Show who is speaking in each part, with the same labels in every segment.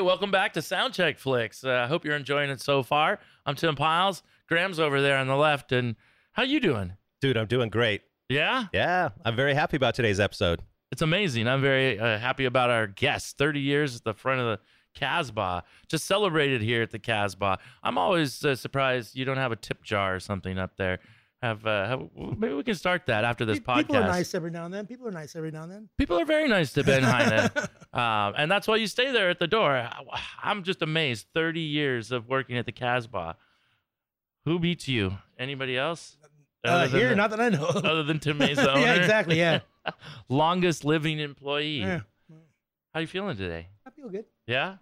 Speaker 1: welcome back to Soundcheck Flicks. Uh, I hope you're enjoying it so far. I'm Tim Piles. Graham's over there on the left. And how you doing?
Speaker 2: Dude, I'm doing great.
Speaker 1: Yeah,
Speaker 2: Yeah, I'm very happy about today's episode.
Speaker 1: it's amazing. I'm very uh, happy about our guest. 30 years at the front of the Casbah, just celebrated here at the Casbah. I'm always uh, surprised you don't have a tip jar or something up there. Have, uh, have maybe we can start that after this
Speaker 3: Pe-
Speaker 1: podcast.
Speaker 3: People are nice every now and then. People are nice every now and then. Uh,
Speaker 1: People are very nice to Ben Heine. um, and that's why you stay there at the door. I- I'm just amazed. 30 years of working at the Casbah. Who beats you? Anybody else?
Speaker 3: Uh,
Speaker 1: than
Speaker 3: here,
Speaker 1: the-
Speaker 3: not that I know. of.
Speaker 1: other than Tim Mays, the
Speaker 3: yeah,
Speaker 1: owner?
Speaker 3: exactly. Yeah.
Speaker 1: Longest living employee.
Speaker 3: yeah.
Speaker 1: How you feeling today?
Speaker 3: I feel good.
Speaker 1: Yeah?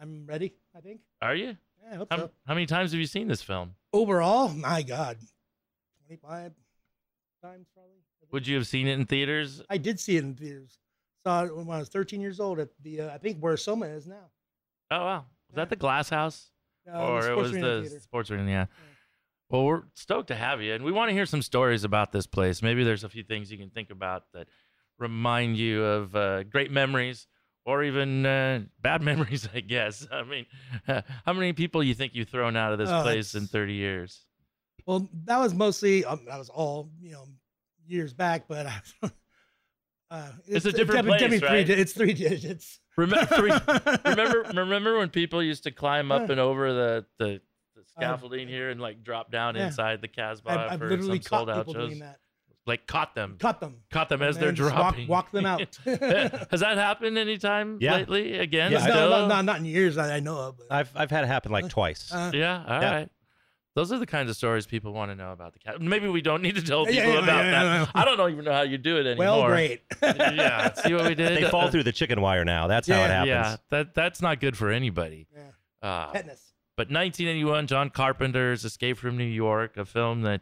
Speaker 3: I'm ready. I think.
Speaker 1: Are you?
Speaker 3: Yeah, I hope
Speaker 1: How,
Speaker 3: so.
Speaker 1: how many times have you seen this film?
Speaker 3: Overall, my God, 25 times probably. I think.
Speaker 1: Would you have seen it in theaters?
Speaker 3: I did see it in theaters. Saw it when I was 13 years old at the uh, I think where Soma is now.
Speaker 1: Oh, wow. Was
Speaker 3: Yeah.
Speaker 1: that the Glass House?
Speaker 3: Uh,
Speaker 1: or Oh, it
Speaker 3: sports
Speaker 1: was
Speaker 3: arena
Speaker 1: the
Speaker 3: theater.
Speaker 1: sports arena. Yeah. Well, we're stoked to have you, and we want to hear some stories about this place. Maybe there's a few things you can think about that remind you of uh, great memories, or even uh, bad memories. I guess. I mean, how many people you think you've thrown out of this
Speaker 3: Oh,
Speaker 1: place in
Speaker 3: it's-
Speaker 1: 30 years?
Speaker 3: Well, that was mostly um, that was all you know years back, but I, uh,
Speaker 1: It's a different
Speaker 3: definitely-
Speaker 1: place,
Speaker 3: definitely
Speaker 1: right?
Speaker 3: three, di- it's three digits.
Speaker 1: Remember, three, remember, remember when people used to climb up
Speaker 3: Yeah.
Speaker 1: and over the the, the scaffolding here and like drop down
Speaker 3: Oh. yeah.
Speaker 1: inside the Casbah
Speaker 3: I've, I've
Speaker 1: for
Speaker 3: literally
Speaker 1: some
Speaker 3: caught
Speaker 1: sold out
Speaker 3: people
Speaker 1: shows?
Speaker 3: doing that.
Speaker 1: Like caught them,
Speaker 3: Caught them.
Speaker 1: caught them as
Speaker 3: and
Speaker 1: they're
Speaker 3: then just walk-
Speaker 1: dropping.
Speaker 3: Walk, them out.
Speaker 1: Has that happened anytime
Speaker 2: Yeah.
Speaker 1: lately? Again,
Speaker 2: Yeah, I-
Speaker 3: no,
Speaker 1: still?
Speaker 3: no, no, not in years that I know of. But,
Speaker 2: I've I've had it happen like twice.
Speaker 3: uh,
Speaker 1: yeah. all right.
Speaker 2: Yeah.
Speaker 1: Those are the kinds of stories people want to know about the cat. Maybe we don't need to tell
Speaker 3: Yeah, yeah,
Speaker 1: people
Speaker 3: yeah,
Speaker 1: about
Speaker 3: yeah,
Speaker 1: that.
Speaker 3: yeah,
Speaker 1: I don't even know how you do it anymore.
Speaker 3: well, great.
Speaker 1: yeah. See what we did?
Speaker 2: they fall
Speaker 1: Uh,
Speaker 2: through the chicken wire now. That's how it
Speaker 3: Yeah.
Speaker 2: happens.
Speaker 1: Yeah, that that's not good for anybody.
Speaker 3: Yeah.
Speaker 1: Uh,
Speaker 3: Tetanus.
Speaker 1: But 1981, John Carpenter's Escape from New York, a film that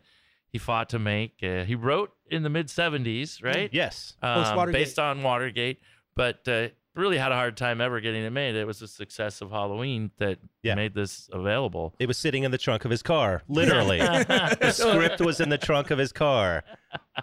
Speaker 1: he fought to make. Uh, he wrote in the mid 70s, right?
Speaker 2: Yes.
Speaker 1: um,
Speaker 3: Post-Watergate.
Speaker 1: based on Watergate, but uh, really had a hard time ever getting it made. It was the success of Halloween that
Speaker 2: Yeah.
Speaker 1: made this available.
Speaker 2: It was sitting in the trunk of his car, literally. the script was in the trunk of his car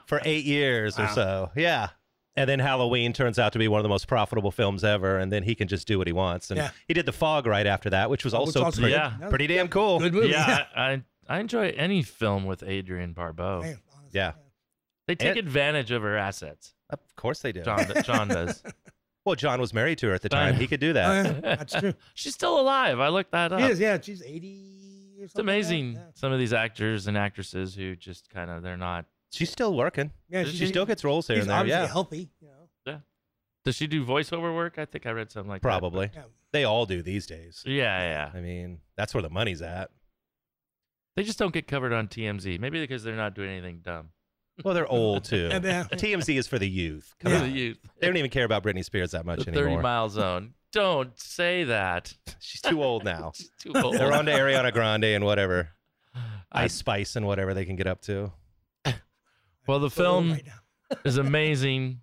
Speaker 2: for eight years or
Speaker 3: Wow.
Speaker 2: so. Yeah. And then Halloween turns out to be one of the most profitable films ever, and then he can just do what he wants. And
Speaker 3: Yeah. Oh,
Speaker 2: he did The Fog right after that, which was
Speaker 3: Which
Speaker 2: also,
Speaker 3: also-
Speaker 2: pretty,
Speaker 1: yeah.
Speaker 2: pretty damn cool.
Speaker 3: Good movie.
Speaker 1: yeah, I, I enjoy any film with Adrian Barbeau.
Speaker 3: Man, honestly,
Speaker 2: Yeah.
Speaker 1: They take
Speaker 2: And-
Speaker 1: advantage of her assets.
Speaker 2: Of course they do.
Speaker 1: John, John does.
Speaker 2: Well, John was married to her at the
Speaker 1: I
Speaker 2: time.
Speaker 1: know.
Speaker 2: He could do
Speaker 3: Oh,
Speaker 2: that.
Speaker 3: yeah, That's true.
Speaker 1: She's still alive. I looked that up.
Speaker 3: She is, yeah. She's 80 or something.
Speaker 1: It's amazing.
Speaker 3: Like that.
Speaker 1: Some of these actors and actresses who just kind of they're not.
Speaker 2: She's still working.
Speaker 3: Yeah, yeah
Speaker 1: Does
Speaker 3: she's,
Speaker 2: She still gets roles here
Speaker 3: she's
Speaker 2: and there.
Speaker 3: obviously
Speaker 2: Yeah,
Speaker 3: healthy. You know.
Speaker 1: Does she do voiceover work? I think I read something like
Speaker 2: probably.
Speaker 3: Yeah.
Speaker 2: They all do these days.
Speaker 1: that. Yeah, yeah.
Speaker 2: I mean, that's where the money's at.
Speaker 1: They just don't get covered on TMZ. Maybe because they're not doing anything dumb.
Speaker 2: Well, they're old too.
Speaker 3: And, uh,
Speaker 2: TMZ is for the youth. Come
Speaker 3: Yeah.
Speaker 1: The
Speaker 2: on.
Speaker 1: youth.
Speaker 2: They don't even care about Britney Spears that much
Speaker 1: the 30
Speaker 2: anymore.
Speaker 1: mile zone. Don't say that.
Speaker 2: She's too old now.
Speaker 1: It's too old.
Speaker 2: they're on to Ariana Grande and whatever
Speaker 1: I-
Speaker 2: Ice Spice and whatever they can get up to.
Speaker 1: well, the
Speaker 3: so old
Speaker 1: film
Speaker 3: right now.
Speaker 1: is amazing.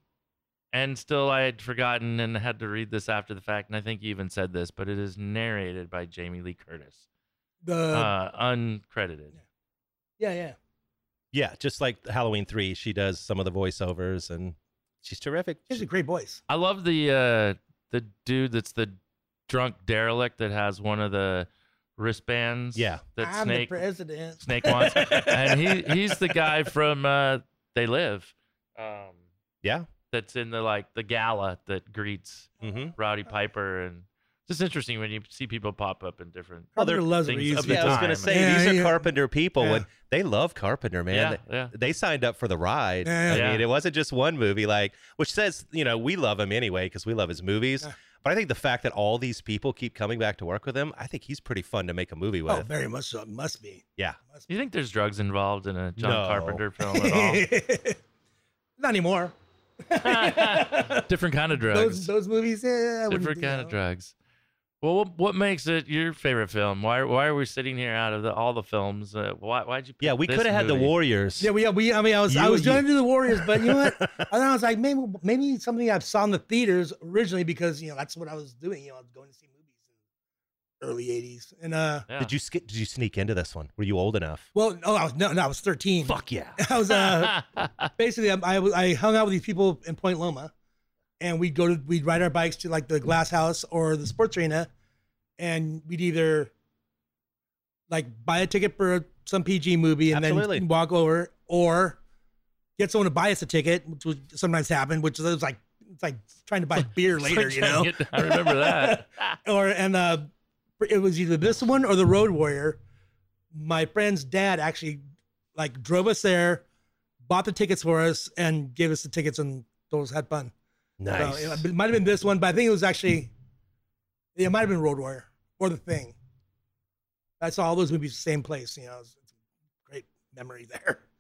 Speaker 1: And still, I had forgotten and had to read this after the fact. And I think you even said this, but it is narrated by Jamie Lee Curtis,
Speaker 3: The,
Speaker 1: uh, uncredited.
Speaker 3: yeah, yeah.
Speaker 2: Yeah, just like Halloween three, she does some of the voiceovers and she's terrific.
Speaker 3: She has a great voice.
Speaker 1: I love the uh, the dude that's the drunk derelict that has one of the wristbands.
Speaker 2: Yeah.
Speaker 1: that
Speaker 3: I'm
Speaker 1: Snake
Speaker 3: the president.
Speaker 1: Snake wants, and he he's the guy from uh, They Live. Um,
Speaker 2: Yeah.
Speaker 1: that's in the like the gala that greets
Speaker 2: Mm-hmm.
Speaker 1: Rowdy Piper and it's just interesting when you see people pop up in different
Speaker 2: Well, they're
Speaker 3: Carpenter loves
Speaker 1: things
Speaker 3: reusing
Speaker 1: of the
Speaker 2: Yeah, I was
Speaker 1: time.
Speaker 2: gonna say
Speaker 3: Yeah,
Speaker 2: these are
Speaker 3: yeah.
Speaker 2: Carpenter people.
Speaker 3: Yeah.
Speaker 2: and they love Carpenter, man.
Speaker 1: yeah, yeah.
Speaker 2: they signed up for the ride.
Speaker 3: Yeah.
Speaker 2: I
Speaker 1: Yeah.
Speaker 2: mean, it wasn't just one movie, like which says you know we love him anyway because we love his movies.
Speaker 3: Yeah.
Speaker 2: But I think the fact that all these people keep coming back to work with him, I think he's pretty fun to make a movie with.
Speaker 3: Oh, very much so. It Must be.
Speaker 2: Yeah.
Speaker 3: Must
Speaker 1: Do you think there's drugs involved in a John
Speaker 2: No.
Speaker 1: Carpenter film at
Speaker 3: be. Not anymore.
Speaker 1: all? different kind of drugs.
Speaker 3: Those those movies. Yeah, I wouldn't
Speaker 1: different
Speaker 3: do
Speaker 1: kind
Speaker 3: that.
Speaker 1: of drugs. Well, what, what makes it your favorite film? Why why are we sitting here out of the, all the films? Uh, why why'd you? Pick
Speaker 2: Yeah, we
Speaker 1: this
Speaker 2: could have had the
Speaker 1: movie?
Speaker 2: Warriors.
Speaker 3: Yeah, we, we I mean, I was, I
Speaker 2: You-
Speaker 3: was trying
Speaker 2: you-
Speaker 3: to do the Warriors, but you know what? and then I was like, maybe, maybe something I saw in the theaters originally because you know that's what I was doing. You know, I was going to see movies in the early '80s, and uh,
Speaker 1: Yeah.
Speaker 2: Did you sk- did you sneak into this one? Were you old enough?
Speaker 3: well, no, I was no, no I was 13. Oh,
Speaker 2: Fuck yeah.
Speaker 3: I was uh, basically I, I was- I hung out with these people in Point Loma, and we'd go to we'd ride our bikes to like the glass house or the sports arena and we'd either like buy a ticket for some PG movie and
Speaker 2: Absolutely.
Speaker 3: then walk over or get someone to buy us a ticket, which would sometimes happen, which is like it's like trying to buy beer
Speaker 1: It's
Speaker 3: later,
Speaker 1: like
Speaker 3: you
Speaker 1: trying
Speaker 3: know.
Speaker 1: to get- I remember that.
Speaker 3: or and uh it was either this one or the Road Warrior. My friend's dad actually like drove us there, bought the tickets for us, and gave us the tickets and told us had fun. So,
Speaker 2: Nice.
Speaker 3: it, it might have been this one, but I think it was actually it might have been Road Warrior or The Thing. I saw all those movies the same place. You know, it's, it's a great memory there.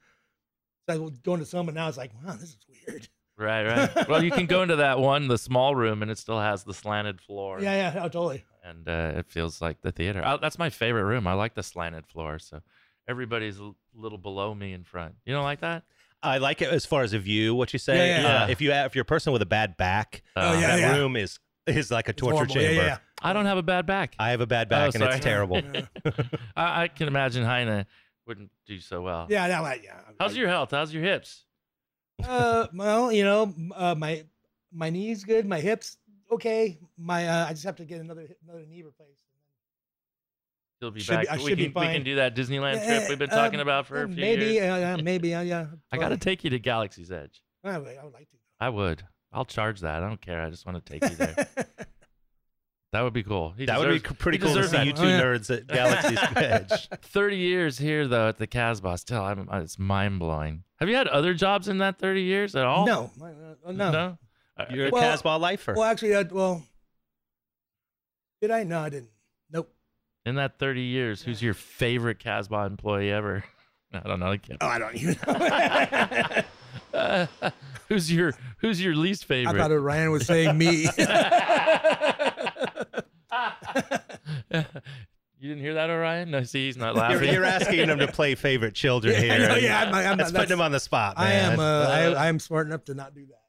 Speaker 3: So I was going to some, and now it's like, wow, this is weird.
Speaker 1: Right, right. Well, you can go into that one, the small room, and it still has the slanted floor.
Speaker 3: Yeah, yeah, oh, totally.
Speaker 1: and uh, it feels like the theater. I, that's my favorite room. I like the slanted floor, so everybody's a little below me in front. You don't like that?
Speaker 2: I like it as far as a view. What you say?
Speaker 3: Yeah, yeah,
Speaker 1: yeah.
Speaker 2: Uh, if you if you're a person with a bad back,
Speaker 3: Oh, yeah.
Speaker 2: that room is is like a
Speaker 3: It's
Speaker 2: torture
Speaker 3: horrible. Yeah,
Speaker 2: chamber.
Speaker 3: yeah, yeah.
Speaker 1: Uh, I don't have a bad back. I,
Speaker 2: I have a bad back and
Speaker 1: Oh, sorry.
Speaker 2: it's terrible.
Speaker 3: Yeah,
Speaker 1: I can imagine Heine wouldn't do so well.
Speaker 3: yeah, yeah. like, yeah.
Speaker 1: How's your health? How's your hips?
Speaker 3: Uh, well, you know, m- uh, my my knee's good, my hips okay. My uh, I just have to get another hip- another knee replaced.
Speaker 1: You'll be
Speaker 3: Should
Speaker 1: back.
Speaker 3: be- I
Speaker 1: we,
Speaker 3: should be
Speaker 1: can, we
Speaker 3: fine.
Speaker 1: can do that Disneyland
Speaker 3: Uh,
Speaker 1: trip we've been
Speaker 3: uh,
Speaker 1: talking about for
Speaker 3: Uh,
Speaker 1: a few
Speaker 3: maybe,
Speaker 1: years.
Speaker 3: uh, yeah, maybe, yeah, yeah.
Speaker 1: I got to
Speaker 3: totally.
Speaker 1: take you to Galaxy's Edge.
Speaker 3: I would, I would like to.
Speaker 1: I would. I'll charge that. I don't care. I just want to take you there. that would be cool. He
Speaker 2: That would be
Speaker 1: deserves-
Speaker 2: c- pretty
Speaker 1: he
Speaker 2: cool to
Speaker 1: deserves
Speaker 2: see
Speaker 1: that.
Speaker 2: you two
Speaker 3: Oh, yeah.
Speaker 2: nerds at Galaxy's Edge.
Speaker 1: 30 years here though at the Casbah. Still, I'm, uh, it's mind blowing. Have you had other jobs in that 30 years at all?
Speaker 3: No, my- uh, no,
Speaker 1: no. Uh,
Speaker 2: You're a
Speaker 3: Well-
Speaker 2: Casbah lifer.
Speaker 3: Well, actually, I, well, did I? No, I didn't. Nope.
Speaker 1: in that 30 years, who's your favorite Casbah employee ever? I don't know. I can't.
Speaker 3: Oh, I don't even know. I
Speaker 1: Uh, who's your Who's your least favorite?
Speaker 3: thought Ryan was saying me.
Speaker 1: you didn't hear that, Orion? No, see, he's not
Speaker 2: You're,
Speaker 1: laughing.
Speaker 2: you're asking them to play favorite children
Speaker 3: Yeah, I
Speaker 2: here.
Speaker 3: know, yeah, I'm not- I'm
Speaker 2: that's
Speaker 3: not-
Speaker 2: putting them on the spot.
Speaker 3: I
Speaker 2: man.
Speaker 3: am. Uh,
Speaker 2: Uh,
Speaker 3: I, I am smart enough to not do that.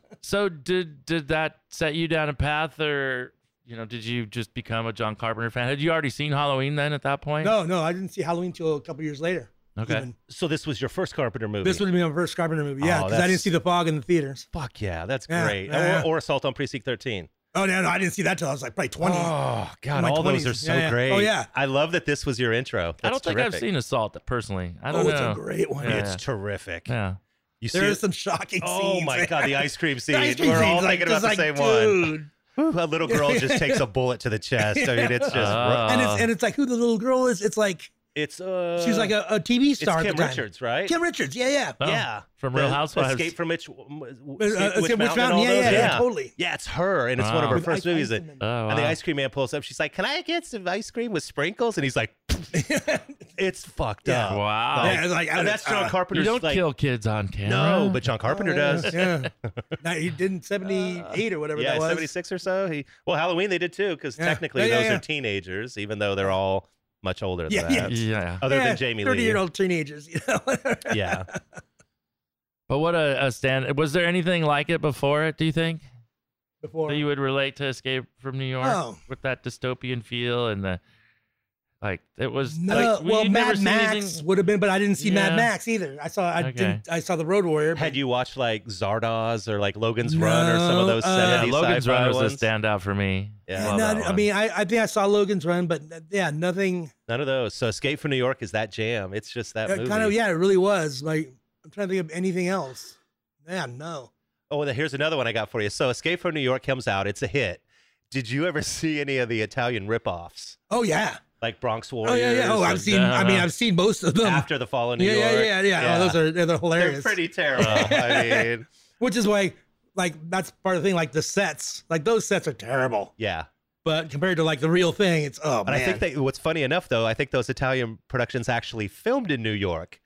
Speaker 1: So did did that set you down a path, or you know, did you just become a John Carpenter fan? Had you already seen Halloween then at that point?
Speaker 3: no, no, I didn't see Halloween till a couple years later.
Speaker 1: Okay.
Speaker 3: even.
Speaker 2: so this was your first Carpenter movie.
Speaker 3: This would be my first Carpenter movie. Yeah,
Speaker 2: Oh,
Speaker 3: because I
Speaker 2: that's-
Speaker 3: didn't see The Fog in the theaters.
Speaker 2: Fuck yeah, that's
Speaker 3: Yeah,
Speaker 2: great.
Speaker 3: yeah, yeah.
Speaker 2: Or, or Assault on Precinct 13.
Speaker 3: Oh no, no, I didn't see that till I was like probably twenty.
Speaker 2: Oh god,
Speaker 3: my
Speaker 2: all those
Speaker 3: 20s.
Speaker 2: are so
Speaker 3: Yeah, yeah.
Speaker 2: great.
Speaker 3: Oh, yeah.
Speaker 2: I love that this was your intro. That's
Speaker 1: I don't think
Speaker 2: terrific.
Speaker 1: I've seen Assault personally. I don't know.
Speaker 3: oh, it's a great one.
Speaker 1: Yeah.
Speaker 2: It's terrific.
Speaker 1: yeah.
Speaker 2: You see
Speaker 3: There is
Speaker 2: it?
Speaker 3: some shocking
Speaker 2: Oh
Speaker 3: scenes.
Speaker 2: my god, the ice cream scene.
Speaker 3: The ice cream
Speaker 2: We're all
Speaker 3: scenes, like,
Speaker 2: thinking about
Speaker 3: just
Speaker 2: the
Speaker 3: like,
Speaker 2: same one.
Speaker 3: dude.
Speaker 2: Whew, a little girl just takes a bullet to the chest. I mean, it's just
Speaker 1: Ah.
Speaker 3: and
Speaker 1: Uh,
Speaker 3: it's and it's like who the little girl is. It's like
Speaker 2: it's uh
Speaker 3: she's like a, a TV
Speaker 2: it's
Speaker 3: star.
Speaker 2: Kim
Speaker 3: at the time.
Speaker 2: Richards, right?
Speaker 3: Kim Richards. Yeah, yeah.
Speaker 1: Oh,
Speaker 2: Yeah.
Speaker 1: From Real
Speaker 2: The
Speaker 1: Housewives.
Speaker 2: Escape from Witch,
Speaker 3: Uh,
Speaker 2: Escape
Speaker 3: uh,
Speaker 2: Witch
Speaker 3: Witch
Speaker 2: Mountain,
Speaker 3: Mountain,
Speaker 2: all
Speaker 3: Yeah,
Speaker 2: those?
Speaker 3: yeah, yeah,
Speaker 2: yeah.
Speaker 3: totally.
Speaker 2: Yeah, it's her, and it's one of
Speaker 1: Wow.
Speaker 2: her
Speaker 1: With
Speaker 2: first
Speaker 3: ice-
Speaker 2: movies.
Speaker 3: ice
Speaker 2: And,
Speaker 3: in
Speaker 1: Oh,
Speaker 3: it.
Speaker 1: wow.
Speaker 2: and the ice cream man pulls up. She's like, "Can I get some ice cream with sprinkles?" And he's like, "It's fucked
Speaker 3: Yeah.
Speaker 2: up."
Speaker 1: wow.
Speaker 3: Yeah, it's like
Speaker 2: And
Speaker 3: I was-
Speaker 2: Oh, that's John
Speaker 3: uh,
Speaker 1: You
Speaker 2: Carpenter's.
Speaker 1: don't
Speaker 2: like,
Speaker 1: kill kids on camera.
Speaker 2: No, but John Carpenter
Speaker 3: oh,
Speaker 2: does. Yeah,
Speaker 3: Yeah, no, he did in '78 or whatever that was.
Speaker 2: seventy six or so. He well, Halloween they did too, because
Speaker 3: Yeah.
Speaker 2: technically
Speaker 3: Yeah, yeah,
Speaker 2: those
Speaker 3: yeah.
Speaker 2: are teenagers, even though they're all much older than
Speaker 3: Yeah,
Speaker 2: that.
Speaker 3: yeah.
Speaker 1: yeah.
Speaker 2: Other
Speaker 3: Yeah,
Speaker 2: than Jamie Lee.
Speaker 3: thirty-year-old teenagers. You know.
Speaker 2: Yeah.
Speaker 1: But what a, a stand. Was there anything like it before it? Do you think
Speaker 3: Before.
Speaker 1: that you would relate to Escape from New York
Speaker 3: Oh.
Speaker 1: with that dystopian feel and the like? It was
Speaker 3: No,
Speaker 1: like, we-
Speaker 3: well,
Speaker 1: you'd never
Speaker 3: Mad
Speaker 1: seen
Speaker 3: Max
Speaker 1: anything-
Speaker 3: would have been, but I didn't see
Speaker 1: Yeah.
Speaker 3: Mad Max either. I saw, I
Speaker 1: Okay.
Speaker 3: didn't, I saw the Road Warrior. but-
Speaker 2: Had you watched like Zardoz or like Logan's Run or some of
Speaker 3: No,
Speaker 2: those
Speaker 3: uh,
Speaker 1: Yeah,
Speaker 2: 70s
Speaker 1: Logan's
Speaker 2: sci-fi
Speaker 1: Run was a
Speaker 2: ones?
Speaker 1: standout for me.
Speaker 2: Yeah.
Speaker 1: Love
Speaker 3: no,
Speaker 1: that
Speaker 3: I
Speaker 1: one.
Speaker 3: mean, I, I think I saw Logan's Run, but uh, yeah, nothing.
Speaker 2: None of those. So Escape from New York is that jam. It's just that
Speaker 3: uh,
Speaker 2: movie.
Speaker 3: kind of, yeah, it really was. Like, I'm trying to think of anything else. Yeah, no.
Speaker 2: Oh, well, here's another one I got for you. So Escape from New York comes out. It's a hit. Did you ever see any of the Italian ripoffs
Speaker 3: Oh yeah.
Speaker 2: like Bronx
Speaker 3: Oh
Speaker 2: Warriors?
Speaker 3: yeah, yeah. Oh, I've
Speaker 2: and
Speaker 3: seen. I mean,
Speaker 1: uh,
Speaker 3: I've seen most of them.
Speaker 2: After the Fall of New
Speaker 3: yeah, yeah,
Speaker 2: York.
Speaker 3: yeah, yeah, Oh, those are they're
Speaker 2: They're
Speaker 3: hilarious. Oh,
Speaker 2: pretty terrible. I mean,
Speaker 3: Which is why, like, that's part of the thing. Like the sets, like those sets are terrible.
Speaker 2: yeah.
Speaker 3: But compared to like the real thing, it's oh
Speaker 2: But
Speaker 3: man.
Speaker 2: I think they, what's funny enough though, I think those Italian productions actually filmed in New York.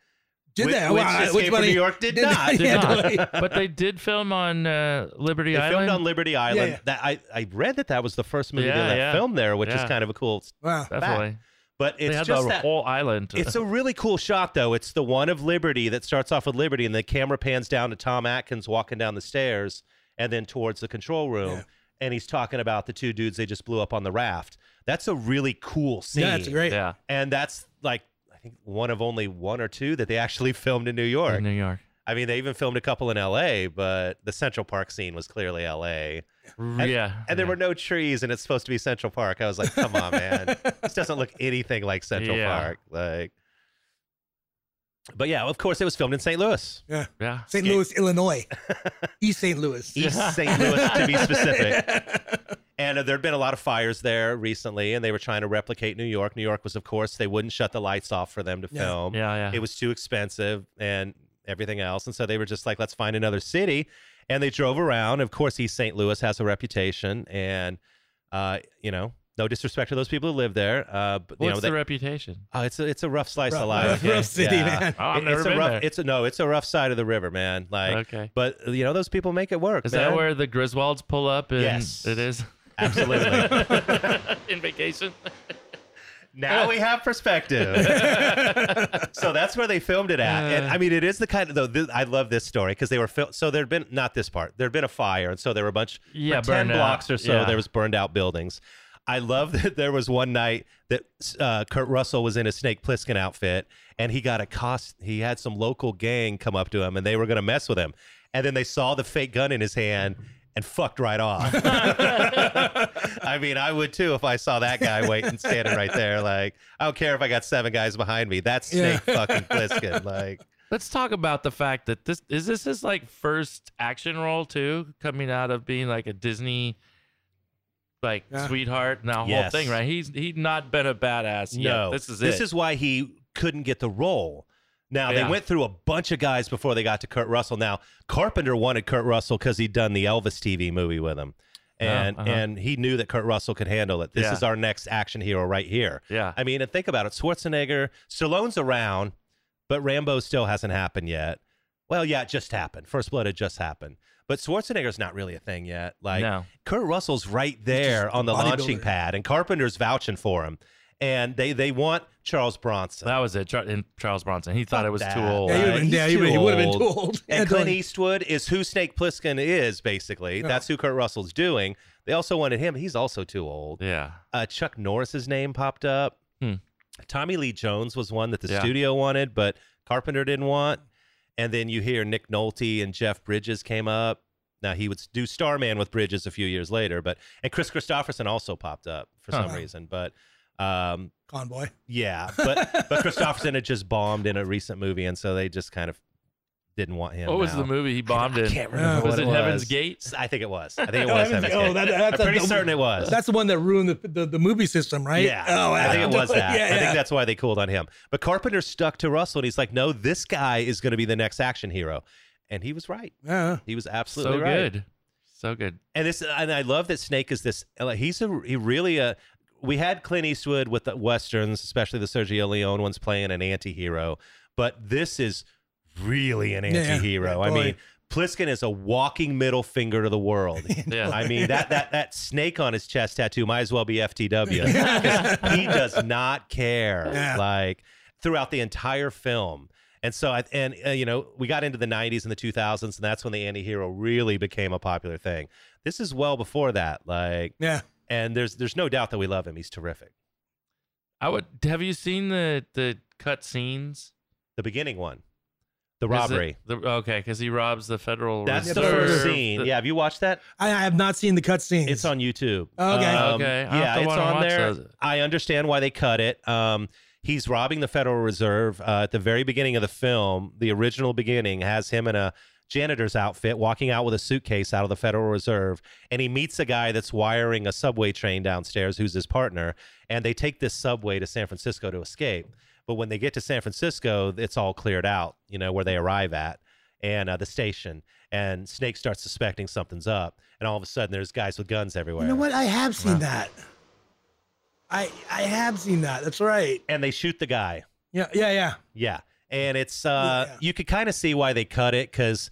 Speaker 3: did
Speaker 2: which,
Speaker 3: that.
Speaker 2: Which
Speaker 3: wow,
Speaker 2: Escape
Speaker 3: which
Speaker 2: from
Speaker 3: one-
Speaker 2: New York did,
Speaker 3: did
Speaker 2: not.
Speaker 3: not.
Speaker 1: Did
Speaker 3: Yeah,
Speaker 1: not.
Speaker 3: totally.
Speaker 1: but they did film on uh, Liberty
Speaker 2: They
Speaker 1: Island.
Speaker 2: filmed on Liberty Island.
Speaker 3: yeah.
Speaker 2: That I, I read that that was the first movie
Speaker 1: Yeah,
Speaker 2: that
Speaker 1: yeah.
Speaker 2: filmed there, which is
Speaker 1: Yeah.
Speaker 2: kind of a cool.
Speaker 3: Wow.
Speaker 1: Definitely.
Speaker 2: But
Speaker 1: They
Speaker 2: it's
Speaker 1: had
Speaker 2: just
Speaker 1: the
Speaker 2: that,
Speaker 1: whole island.
Speaker 2: it's a really cool shot though. It's the one of Liberty that starts off with Liberty, and the camera pans down to Tom Atkins walking down the stairs, and then towards the control room,
Speaker 3: Yeah.
Speaker 2: and he's talking about the two dudes they just blew up on the raft. That's a really cool scene.
Speaker 3: Yeah, it's great.
Speaker 1: yeah.
Speaker 2: and that's like I think one of only one or two that they actually filmed in New York.
Speaker 1: In New York.
Speaker 2: I I mean, they even filmed a couple in L.A., but the Central Park scene was clearly L.A.
Speaker 1: yeah.
Speaker 2: And there
Speaker 1: yeah.
Speaker 2: were no trees, and it's supposed to be Central Park. I was like, come on, man, this doesn't look anything like Central
Speaker 1: Yeah.
Speaker 2: Park. Like, but yeah, of course, it was filmed in St. Louis,
Speaker 1: Yeah.
Speaker 3: St. Louis, Illinois, East St. Louis,
Speaker 2: East
Speaker 1: Yeah.
Speaker 2: St. Louis to be specific.
Speaker 3: Yeah.
Speaker 2: And uh, there had been a lot of fires there recently, and they were trying to replicate New York. New York was, of course, they wouldn't shut the lights off for them to
Speaker 3: Yeah.
Speaker 2: film.
Speaker 1: Yeah. Yeah.
Speaker 2: It was too expensive and everything else. And so they were just like, let's find another city. And they drove around. Of course, East St. Louis has a reputation, and, uh, you know, no disrespect to those people who live there. Uh, but, you
Speaker 1: What's
Speaker 2: know,
Speaker 1: the
Speaker 2: they-
Speaker 1: reputation?
Speaker 2: oh, it's, a, it's a rough slice
Speaker 3: Rough-
Speaker 2: of life.
Speaker 3: rough- rough city, man.
Speaker 1: Oh, I've
Speaker 2: It-
Speaker 1: never
Speaker 2: it's
Speaker 1: been
Speaker 2: a rough,
Speaker 1: there.
Speaker 2: It's a, no, it's a rough side of the river, man. Like,
Speaker 1: okay.
Speaker 2: but you know, those people make it work.
Speaker 1: Is
Speaker 2: man.
Speaker 1: that where the Griswolds pull up? And
Speaker 2: Yes.
Speaker 1: It is.
Speaker 2: Absolutely.
Speaker 1: in vacation. Oh.
Speaker 2: Now we have perspective. so that's where they filmed it at, and
Speaker 1: Uh.
Speaker 2: I mean, it is the kind of though. This, I love this story because they were fil- so there'd been not this part. There'd been a fire, and so there were a bunch
Speaker 1: Yeah,
Speaker 2: for ten
Speaker 1: burned out.
Speaker 2: blocks or so.
Speaker 1: Yeah.
Speaker 2: There was burned out buildings. I love that there was one night that uh, Kurt Russell was in a Snake Plissken outfit, and he got accost. He had some local gang come up to him, and they were going to mess with him, and then they saw the fake gun in his hand. And fucked right off. I mean, I would too if I saw that guy waiting, standing right there. Like, I don't care if I got seven guys behind me. That's
Speaker 3: Yeah.
Speaker 2: Snake fucking Plissken. Like,
Speaker 1: Let's talk about the fact that this is this his like first action role too, coming out of being like a Disney like
Speaker 3: Yeah.
Speaker 1: sweetheart and that whole
Speaker 2: Yes.
Speaker 1: thing, right? He's he's not been a badass
Speaker 2: no,
Speaker 1: yet. This is
Speaker 2: This
Speaker 1: it.
Speaker 2: is why he couldn't get the role. Now
Speaker 1: Yeah.
Speaker 2: they went through a bunch of guys before they got to Kurt Russell. Now Carpenter wanted Kurt Russell because he'd done the Elvis TV movie with him, and
Speaker 1: uh-huh.
Speaker 2: and he knew that Kurt Russell could handle it. This
Speaker 1: Yeah.
Speaker 2: is our next action hero right here.
Speaker 1: yeah.
Speaker 2: I mean, and think about it. Schwarzenegger, Stallone's around, but Rambo still hasn't happened yet. Well, yeah, it just happened. First Blood had just happened. But Schwarzenegger's not really a thing yet. Like
Speaker 1: no.
Speaker 2: Kurt Russell's right there on the launching
Speaker 3: bodybuilder.
Speaker 2: pad, and Carpenter's vouching for him. And they they want Charles Bronson.
Speaker 1: That was it. Char- and Charles Bronson. He thought
Speaker 2: Fuck
Speaker 1: it was
Speaker 2: that.
Speaker 1: too old.
Speaker 3: Yeah, he
Speaker 2: Right.
Speaker 3: would've been-
Speaker 2: He's
Speaker 3: yeah, he
Speaker 2: too
Speaker 3: would have been,
Speaker 2: old.
Speaker 3: too old.
Speaker 2: and
Speaker 3: Yeah,
Speaker 2: Clint
Speaker 3: totally.
Speaker 2: Eastwood is who Snake Plissken is, basically.
Speaker 3: Yeah.
Speaker 2: That's who Kurt Russell's doing. They also wanted him. He's also too old
Speaker 1: Yeah.
Speaker 2: uh, Chuck Norris's name popped up.
Speaker 1: Hmm.
Speaker 2: Tommy Lee Jones was one that the
Speaker 1: Yeah.
Speaker 2: studio wanted, but Carpenter didn't want. And then you hear Nick Nolte and Jeff Bridges came up. Now he would s- do Starman with Bridges a few years later, but and Chris Christopherson also popped up for
Speaker 1: Huh.
Speaker 2: some reason. But um,
Speaker 3: Convoy.
Speaker 2: yeah, but but Christopherson had just bombed in a recent movie, and so they just kind of didn't want him.
Speaker 1: What was
Speaker 2: now.
Speaker 1: the movie he
Speaker 2: I don't-
Speaker 1: bombed
Speaker 2: I,
Speaker 1: in?
Speaker 2: can't remember.
Speaker 3: Was
Speaker 2: what
Speaker 1: Uh, it Heaven's
Speaker 2: was.
Speaker 1: Gate?
Speaker 2: I think it was. I think it was Heaven's
Speaker 3: oh,
Speaker 2: Gate.
Speaker 3: that, that's
Speaker 2: I'm pretty
Speaker 3: the-
Speaker 2: certain it was.
Speaker 3: That's the one that ruined the the, the movie system, right?
Speaker 2: Yeah.
Speaker 3: Oh,
Speaker 2: I think it was that.
Speaker 3: Yeah,
Speaker 2: I think
Speaker 3: yeah.
Speaker 2: that's why they cooled on him. But Carpenter stuck to Russell and he's like, no, this guy is going to be the next action hero. And he was right.
Speaker 3: Yeah.
Speaker 2: He was
Speaker 1: So
Speaker 2: absolutely right.
Speaker 1: good. So good.
Speaker 2: And this and I love that Snake is this like, he's a he really a we had Clint Eastwood with the westerns, especially the Sergio Leone ones playing an anti-hero, but this is really an
Speaker 3: Yeah, yeah.
Speaker 2: anti-hero. I
Speaker 3: Boy.
Speaker 2: mean, Pliskin is a walking middle finger to the world.
Speaker 1: Yeah.
Speaker 2: I mean that that that snake on his chest tattoo might as well be FTW. he does not care
Speaker 3: Yeah.
Speaker 2: like throughout the entire film and so I, and uh, you know we got into the 90s and the 2000s and that's when the anti-hero really became a popular thing this is well before that like
Speaker 3: Yeah.
Speaker 2: and there's there's no doubt that we love him he's terrific
Speaker 1: I would have you seen the the cut scenes?
Speaker 2: the beginning one the
Speaker 1: Is it-
Speaker 2: robbery
Speaker 1: the- okay, because he robs the federal.
Speaker 2: that's the
Speaker 1: Reserve.
Speaker 2: first scene yeah have you watched that
Speaker 3: I, I have not seen the cutscenes.
Speaker 2: it's on youtube Um,
Speaker 3: Okay.
Speaker 1: Okay, I'll have
Speaker 2: yeah
Speaker 1: to
Speaker 2: it's
Speaker 1: wanna
Speaker 2: on
Speaker 1: watch
Speaker 2: there
Speaker 1: those.
Speaker 2: i understand why they cut it um he's robbing the Federal Reserve uh, at the very beginning of the film. The original beginning has him in a janitor's outfit walking out with a suitcase out of the Federal Reserve, and he meets a guy that's wiring a subway train downstairs who's his partner, and they take this subway to San Francisco to escape. But when they get to San Francisco, it's all cleared out, you know, where they arrive at and uh, the station. And Snake starts suspecting something's up, and all of a sudden there's guys with guns everywhere.
Speaker 3: You know what? I have seen that. I I have seen that. That's right.
Speaker 2: And they shoot the guy.
Speaker 3: Yeah. Yeah. Yeah.
Speaker 2: Yeah. And it's uh
Speaker 3: Yeah.
Speaker 2: you could kind of see why they cut it cuz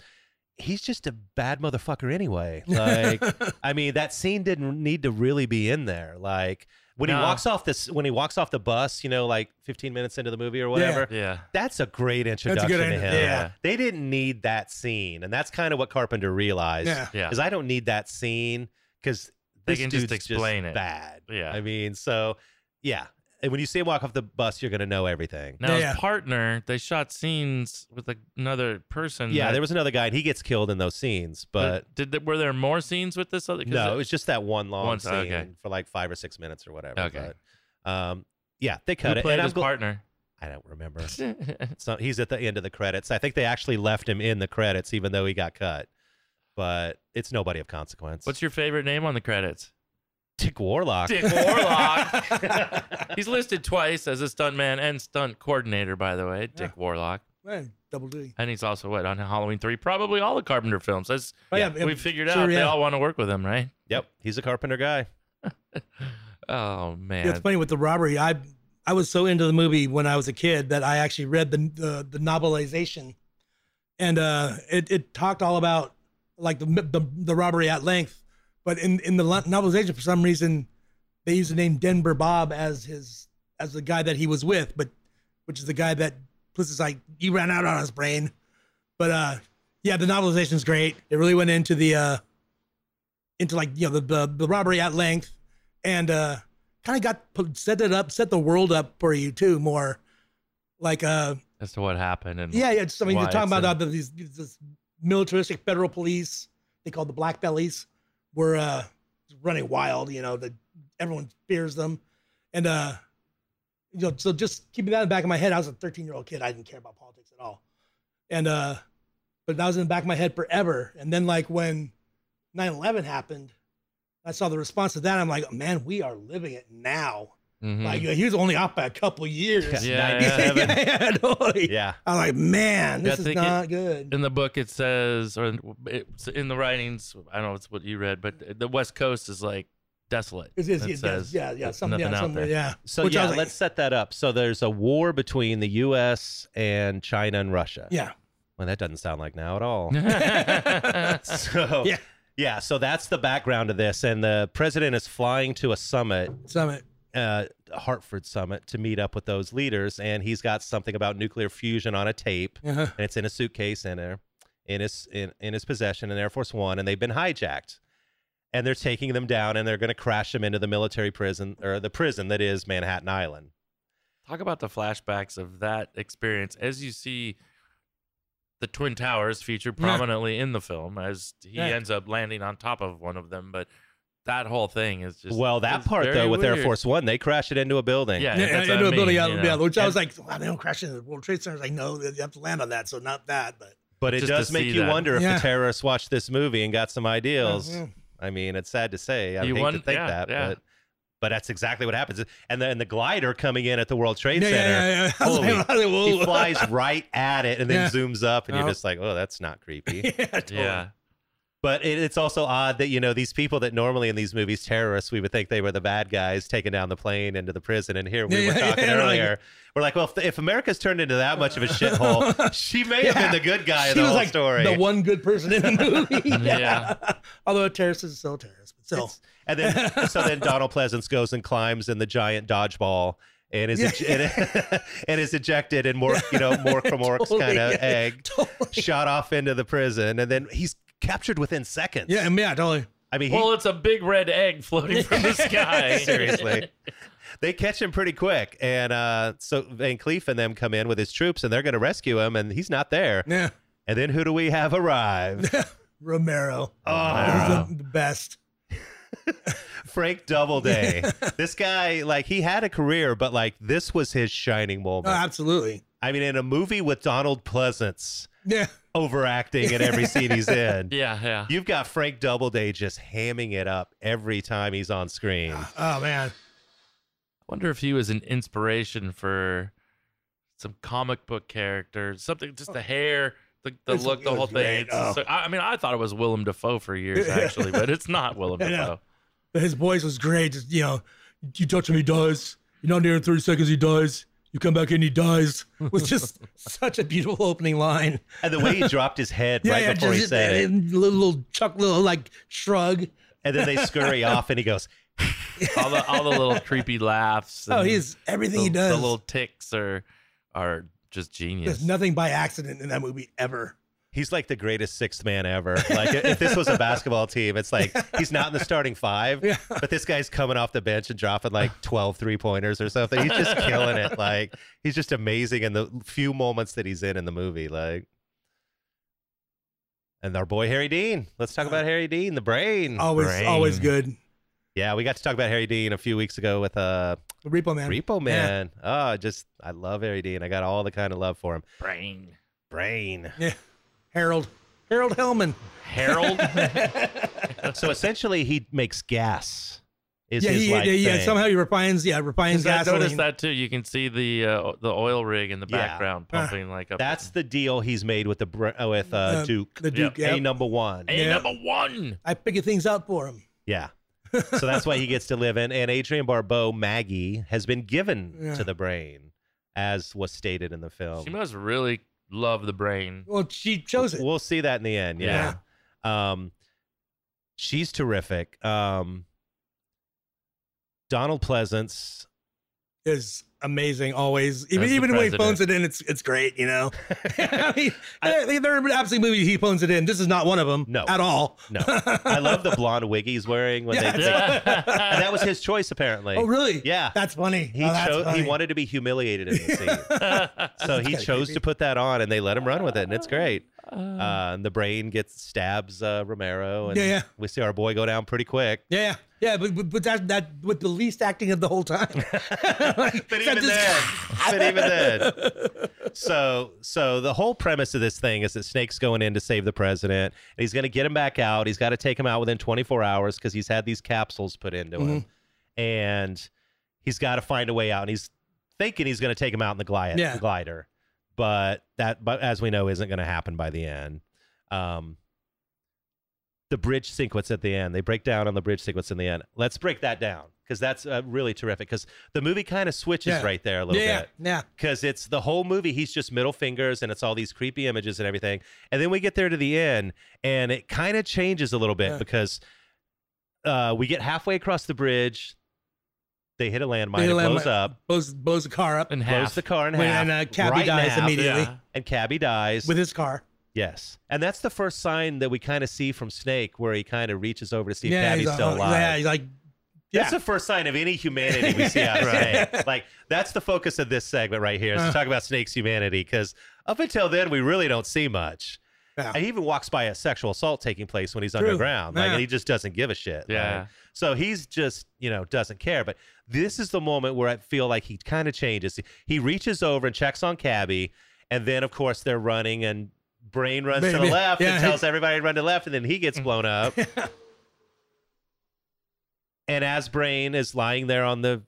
Speaker 2: he's just a bad motherfucker anyway. Like I mean that scene didn't need to really be in there. Like when
Speaker 1: No.
Speaker 2: he walks off this when he walks off the bus, you know, like 15 minutes into the movie or whatever.
Speaker 1: Yeah.
Speaker 2: That's a great introduction to
Speaker 3: intro-
Speaker 2: him.
Speaker 3: yeah.
Speaker 2: They didn't need that scene. And that's kind of what Carpenter realized.
Speaker 3: Yeah.
Speaker 1: Yeah.
Speaker 2: Cuz I don't need that scene cuz
Speaker 1: They
Speaker 2: this
Speaker 1: can just
Speaker 2: dude's
Speaker 1: explain it.
Speaker 2: bad.
Speaker 1: Yeah.
Speaker 2: I mean, so yeah. and when you see him walk off the bus, you're gonna know everything.
Speaker 1: Now
Speaker 3: Yeah.
Speaker 1: his partner, they shot scenes with like, another person.
Speaker 2: Yeah,
Speaker 1: that-
Speaker 2: there was another guy, and he gets killed in those scenes, but
Speaker 1: did there, were there more scenes with this other? 'cause
Speaker 2: no,
Speaker 1: it-
Speaker 2: it was just that one long
Speaker 1: One-
Speaker 2: scene
Speaker 1: okay.
Speaker 2: for like five or six minutes or whatever.
Speaker 1: Okay.
Speaker 2: But, um, yeah, they
Speaker 1: who
Speaker 2: cut it.
Speaker 1: played
Speaker 2: and I'm
Speaker 1: his
Speaker 2: gl-
Speaker 1: partner.
Speaker 2: I don't remember. So he's at the end of the credits. I think they actually left him in the credits, even though he got cut. But it's nobody of consequence.
Speaker 1: What's your favorite name on the credits?
Speaker 2: Dick Warlock?
Speaker 1: Dick Warlock. He's listed twice as a stuntman and stunt coordinator, by the way, Dick Warlock.
Speaker 3: Man, double duty.
Speaker 1: And he's also what on Halloween three, probably all the Carpenter films. That's
Speaker 3: Oh, yeah,
Speaker 1: we figured
Speaker 3: sure,
Speaker 1: out they
Speaker 3: yeah.
Speaker 1: all want to work with him, right?
Speaker 2: Yep, he's a carpenter guy.
Speaker 1: Oh man,
Speaker 3: Yeah, it's funny with the robbery. I I was so into the movie when I was a kid that I actually read the the, the novelization, and uh, it it talked all about like the, the the robbery at length. But in in the lo- novelization, for some reason, they used the name Denver Bob as his as the guy that he was with, but which is the guy that Puss is like you ran out on his brain. But uh, yeah, the novelization's great. It really went into the uh, into like you know the the, the robbery at length, and uh, kind of got put- set it up, set the world up for you too more. Like uh,
Speaker 1: as to what happened and
Speaker 3: yeah, yeah. Just, I mean,
Speaker 1: Why
Speaker 3: you're talking
Speaker 1: it's
Speaker 3: about uh, these, these this militaristic federal police. They called the Black Bellies were uh, running wild. You know, that everyone fears them, and uh, you know, so just keeping that in the back of my head. I was a 13 year old kid. I didn't care about politics at all, and uh, but that was in the back of my head forever. And then like when 9/11 happened, I saw the response to that. I'm like, man, we are living it now.
Speaker 1: Mhm.
Speaker 3: Like he was only off by a couple years.
Speaker 1: Yeah,
Speaker 3: Yeah,
Speaker 2: 97.
Speaker 3: yeah, totally.
Speaker 2: Yeah.
Speaker 3: I'm like, man,
Speaker 1: Yeah, I
Speaker 3: this is
Speaker 1: think it-
Speaker 3: not good.
Speaker 1: in the book it says, or in- it's in the writings, I don't know it's what you read, but the West Coast is like desolate.
Speaker 3: It's, it's,
Speaker 1: It
Speaker 3: it's,
Speaker 1: says
Speaker 3: yeah, yeah,
Speaker 1: there's
Speaker 3: something,
Speaker 1: nothing
Speaker 3: yeah,
Speaker 1: out
Speaker 3: something,
Speaker 1: there.
Speaker 3: yeah.
Speaker 2: So
Speaker 3: Which
Speaker 2: yeah,
Speaker 3: I was like-
Speaker 2: let's set that up. So there's a war between the U.S. and China and Russia.
Speaker 3: Yeah,
Speaker 2: Well, that doesn't sound like now at all. so
Speaker 3: Yeah.
Speaker 2: yeah, so that's the background of this, and the president is flying to a summit
Speaker 3: summit.
Speaker 2: uh, Hartford summit to meet up with those leaders, and he's got something about nuclear fusion on a tape,
Speaker 3: Uh-huh.
Speaker 2: and it's in a suitcase in there, in his in, in his possession in Air Force One, and they've been hijacked, and they're taking them down, and they're going to crash them into the military prison or the prison that is Manhattan Island.
Speaker 1: Talk about the flashbacks of that experience as you see the Twin Towers featured
Speaker 3: Yeah.
Speaker 1: prominently in the film as he
Speaker 3: Yeah.
Speaker 1: ends up landing on top of one of them. But that whole thing is just.
Speaker 2: well, that
Speaker 1: it's
Speaker 2: part though
Speaker 1: very
Speaker 2: with Air
Speaker 1: weird.
Speaker 2: Force One, they crash it into a building.
Speaker 1: Yeah,
Speaker 3: Yeah,
Speaker 1: that's
Speaker 3: into
Speaker 1: what I
Speaker 3: a
Speaker 1: mean,
Speaker 3: building, yeah,
Speaker 1: you know.
Speaker 3: yeah, which I was like, wow, they don't crash into the World Trade Center. I was like, no, you have to land on that, so not that, but uh-huh.
Speaker 2: but it
Speaker 1: Just to
Speaker 2: does make
Speaker 1: see
Speaker 2: you
Speaker 1: that.
Speaker 2: wonder if
Speaker 3: Yeah.
Speaker 2: the terrorists watched this movie and got some ideals.
Speaker 3: Mhm.
Speaker 2: I mean, it's sad to say. I
Speaker 1: You
Speaker 2: hate to
Speaker 1: won-
Speaker 2: think
Speaker 1: yeah,
Speaker 2: that,
Speaker 1: yeah.
Speaker 2: but but that's exactly what happens. And then the glider coming in at the World Trade
Speaker 3: yeah,
Speaker 2: Center,
Speaker 3: yeah, yeah, yeah. I was
Speaker 2: Holy-
Speaker 3: like, I was like,
Speaker 2: he
Speaker 3: whoa.
Speaker 2: flies right at it and then
Speaker 3: Yeah.
Speaker 2: zooms up, and you're
Speaker 3: Oh.
Speaker 2: just like, oh, that's not creepy.
Speaker 3: yeah, totally.
Speaker 1: Yeah.
Speaker 2: but it, it's also odd that you know these people that normally in these movies, terrorists, we would think they were the bad guys taking down the plane into the prison. And here we
Speaker 3: Yeah,
Speaker 2: were
Speaker 3: yeah,
Speaker 2: talking
Speaker 3: yeah, like-
Speaker 2: earlier, we're like, well, if, if America's turned into that much of a shithole, she may have been
Speaker 3: Yeah.
Speaker 2: the good guy in
Speaker 3: She
Speaker 2: the
Speaker 3: was
Speaker 2: whole
Speaker 3: like
Speaker 2: story.
Speaker 3: the one good person in the movie.
Speaker 1: Yeah.
Speaker 3: Although a terrorist is still a terrorist, but still.
Speaker 2: It's- and then so then Donald Pleasance goes and climbs in the giant dodgeball and is and, and is ejected and more you know more Mork's
Speaker 3: Totally,
Speaker 2: kind of
Speaker 3: yeah,
Speaker 2: egg
Speaker 3: Totally.
Speaker 2: shot off into the prison and then he's captured within seconds.
Speaker 3: Yeah, and- yeah, totally.
Speaker 2: I mean he,
Speaker 1: Well, it's a big red egg floating from the sky.
Speaker 2: seriously. They catch him pretty quick, and uh, so Van Cleef and them come in with his troops, and they're going to rescue him, and he's not there.
Speaker 3: Yeah.
Speaker 2: And then who do we have arrive?
Speaker 3: Oh, Romero.
Speaker 2: Oh,
Speaker 1: Romero.
Speaker 3: He's the, the best. Oh,
Speaker 2: Frank Doubleday. this guy, like, he had a career, but like, this was his shining moment.
Speaker 3: No, absolutely.
Speaker 2: I mean, in a movie with Donald Pleasance
Speaker 3: Yeah.
Speaker 2: overacting in every scene he's in,
Speaker 1: Yeah, yeah.
Speaker 2: you've got Frank Doubleday just hamming it up every time he's on screen.
Speaker 3: Oh man.
Speaker 1: wonder if he was an inspiration for some comic book character, something just the hair, the, the
Speaker 3: It's-
Speaker 1: look, the
Speaker 3: it
Speaker 1: whole
Speaker 3: was
Speaker 1: thing.
Speaker 3: great.
Speaker 1: It's just
Speaker 3: Oh.
Speaker 1: so- I, I mean, I thought it was Willem Dafoe for years actually, but it's not Willem
Speaker 3: I know.
Speaker 1: Dafoe.
Speaker 3: But his voice was great. Just you know, you touch him, he dies. You're not near in 30 seconds, he dies. You come back in, he dies. Was just such a beautiful opening line.
Speaker 2: And the way he dropped his head
Speaker 3: Yeah,
Speaker 2: right
Speaker 3: yeah,
Speaker 2: before
Speaker 3: just
Speaker 2: he said it.
Speaker 3: and Little, little chuck, little like shrug.
Speaker 2: And then they scurry off and he goes,
Speaker 1: All the all the little creepy laughs.
Speaker 3: Oh,
Speaker 1: and
Speaker 3: he's everything
Speaker 1: the,
Speaker 3: he does.
Speaker 1: The little ticks are are just genius.
Speaker 3: There's nothing by accident in that movie ever.
Speaker 2: He's like the greatest sixth man ever. Like if this was a basketball team, it's like he's not in the starting five,
Speaker 3: Yeah.
Speaker 2: but this guy's coming off the bench and dropping like 12 three pointers or something. He's just killing it. Like he's just amazing in the few moments that he's in in the movie. Like, and our boy Harry Dean. Let's talk about Harry Dean, the brain.
Speaker 3: Always, always
Speaker 1: Brain.
Speaker 3: good.
Speaker 2: Yeah, we got to talk about Harry Dean a few weeks ago with uh
Speaker 3: The Repo Man.
Speaker 2: Repo Man. Oh, just I love Harry Dean. I got all the kind of love for him.
Speaker 1: Brain.
Speaker 2: Brain.
Speaker 3: Yeah. Harold. Harold Hellman.
Speaker 1: Harold.
Speaker 2: So essentially, he makes gas. Is
Speaker 3: yeah,
Speaker 2: his
Speaker 3: he,
Speaker 2: like
Speaker 3: yeah,
Speaker 2: thing.
Speaker 3: somehow he refines, yeah, refines
Speaker 1: I noticed
Speaker 3: gasoline.
Speaker 1: that too. You can see the uh, the oil rig in the
Speaker 2: Yeah.
Speaker 1: background
Speaker 3: Ah.
Speaker 1: pumping like up.
Speaker 2: That's the deal he's made with the br- uh, with uh,
Speaker 3: Uh,
Speaker 2: Duke.
Speaker 3: The Duke,
Speaker 2: A
Speaker 3: yeah.
Speaker 2: number one.
Speaker 1: hey,
Speaker 3: yeah.
Speaker 1: number one.
Speaker 3: I figured things out for him.
Speaker 2: Yeah. so that's why he gets to live in. And Adrian Barbeau, Maggie, has been given
Speaker 3: Yeah.
Speaker 2: to the brain, as was stated in the film.
Speaker 1: She must really love the brain.
Speaker 3: Well, she chose it.
Speaker 2: We'll see that in the end. Yeah. Um, she's terrific. Um, Donald Pleasance.
Speaker 3: Is amazing always.
Speaker 1: That's
Speaker 3: Even
Speaker 1: the
Speaker 3: even when he
Speaker 1: president.
Speaker 3: phones it in, it's it's great, you know. I mean, there, there are absolutely movies he phones it in. This is not one of them.
Speaker 2: No.
Speaker 3: at all.
Speaker 2: No, I love the blonde wig he's wearing when they. they- and that was his choice, apparently.
Speaker 3: Oh, really?
Speaker 2: Yeah.
Speaker 3: that's funny.
Speaker 2: He
Speaker 3: Oh, that's
Speaker 2: chose. He
Speaker 3: funny.
Speaker 2: wanted to be humiliated in the scene, so he
Speaker 3: kinda
Speaker 2: chose
Speaker 3: creepy.
Speaker 2: to put that on, and they let him run with it, and it's great. Uh, and the brain gets stabs uh, Romero, and
Speaker 3: Mm. Yeah, yeah.
Speaker 2: we see our boy go down pretty quick.
Speaker 3: Yeah, yeah, yeah, but, but but that that with the least acting of the whole time. Like,
Speaker 2: But
Speaker 3: that
Speaker 2: even
Speaker 3: just-
Speaker 2: then, but even then. So, so the whole premise of this thing is that Snake's going in to save the president, and he's going to get him back out. He's got to take him out within 24 hours because he's had these capsules put into him,
Speaker 3: Mm-hmm.
Speaker 2: and he's got to find a way out. And he's thinking he's going to take him out in the glide-
Speaker 3: Yeah.
Speaker 2: glider, but that, but as we know, isn't going to happen by the end. Um, the bridge sequence at the end. They break down on the bridge sequence in the end. Let's break that down because that's uh, really terrific. Because the movie kind of switches
Speaker 3: Yeah.
Speaker 2: right there a little
Speaker 3: yeah,
Speaker 2: bit.
Speaker 3: yeah,
Speaker 2: Because it's the whole movie, he's just middle fingers and it's all these creepy images and everything. And then we get there to the end and it kind of changes a little bit
Speaker 3: Yeah.
Speaker 2: because uh, we get halfway across the bridge. They hit a landmine,
Speaker 3: They
Speaker 2: it
Speaker 3: hit a
Speaker 2: blows
Speaker 3: landmine.
Speaker 2: up,
Speaker 3: blows blows the car up
Speaker 1: and
Speaker 2: blows
Speaker 1: half.
Speaker 2: the car in
Speaker 3: When-
Speaker 2: half.
Speaker 3: and, uh, Cabby
Speaker 2: right in
Speaker 3: dies
Speaker 2: half,
Speaker 3: immediately.
Speaker 1: Yeah.
Speaker 2: And Cabby dies.
Speaker 3: with his car.
Speaker 2: Yes. And that's the first sign that we kind of see from Snake where he kind of reaches over to see
Speaker 3: yeah,
Speaker 2: if Cabby's
Speaker 3: he's
Speaker 2: still
Speaker 3: like, oh,
Speaker 2: alive.
Speaker 3: Yeah, he's like,
Speaker 2: That's
Speaker 3: yeah,
Speaker 2: the first sign of any humanity we see out of
Speaker 3: Right.
Speaker 2: Snake. Like that's the focus of this segment right here is to
Speaker 3: Uh.
Speaker 2: talk about Snake's humanity because up until then we really don't see much.
Speaker 3: Yeah.
Speaker 2: And he even walks by a sexual assault taking place when he's
Speaker 3: True.
Speaker 2: underground. Like
Speaker 3: Yeah.
Speaker 2: he just doesn't give a shit.
Speaker 1: Yeah.
Speaker 2: Like, so he's just you know doesn't care. But this is the moment where I feel like he kind of changes. He reaches over and checks on Cabby, and then of course they're running and. Brain runs to the
Speaker 3: Baby.
Speaker 2: left
Speaker 3: Yeah. Mm.
Speaker 2: and tells everybody to run to the left, and then he gets blown up. And as Brain is lying there on the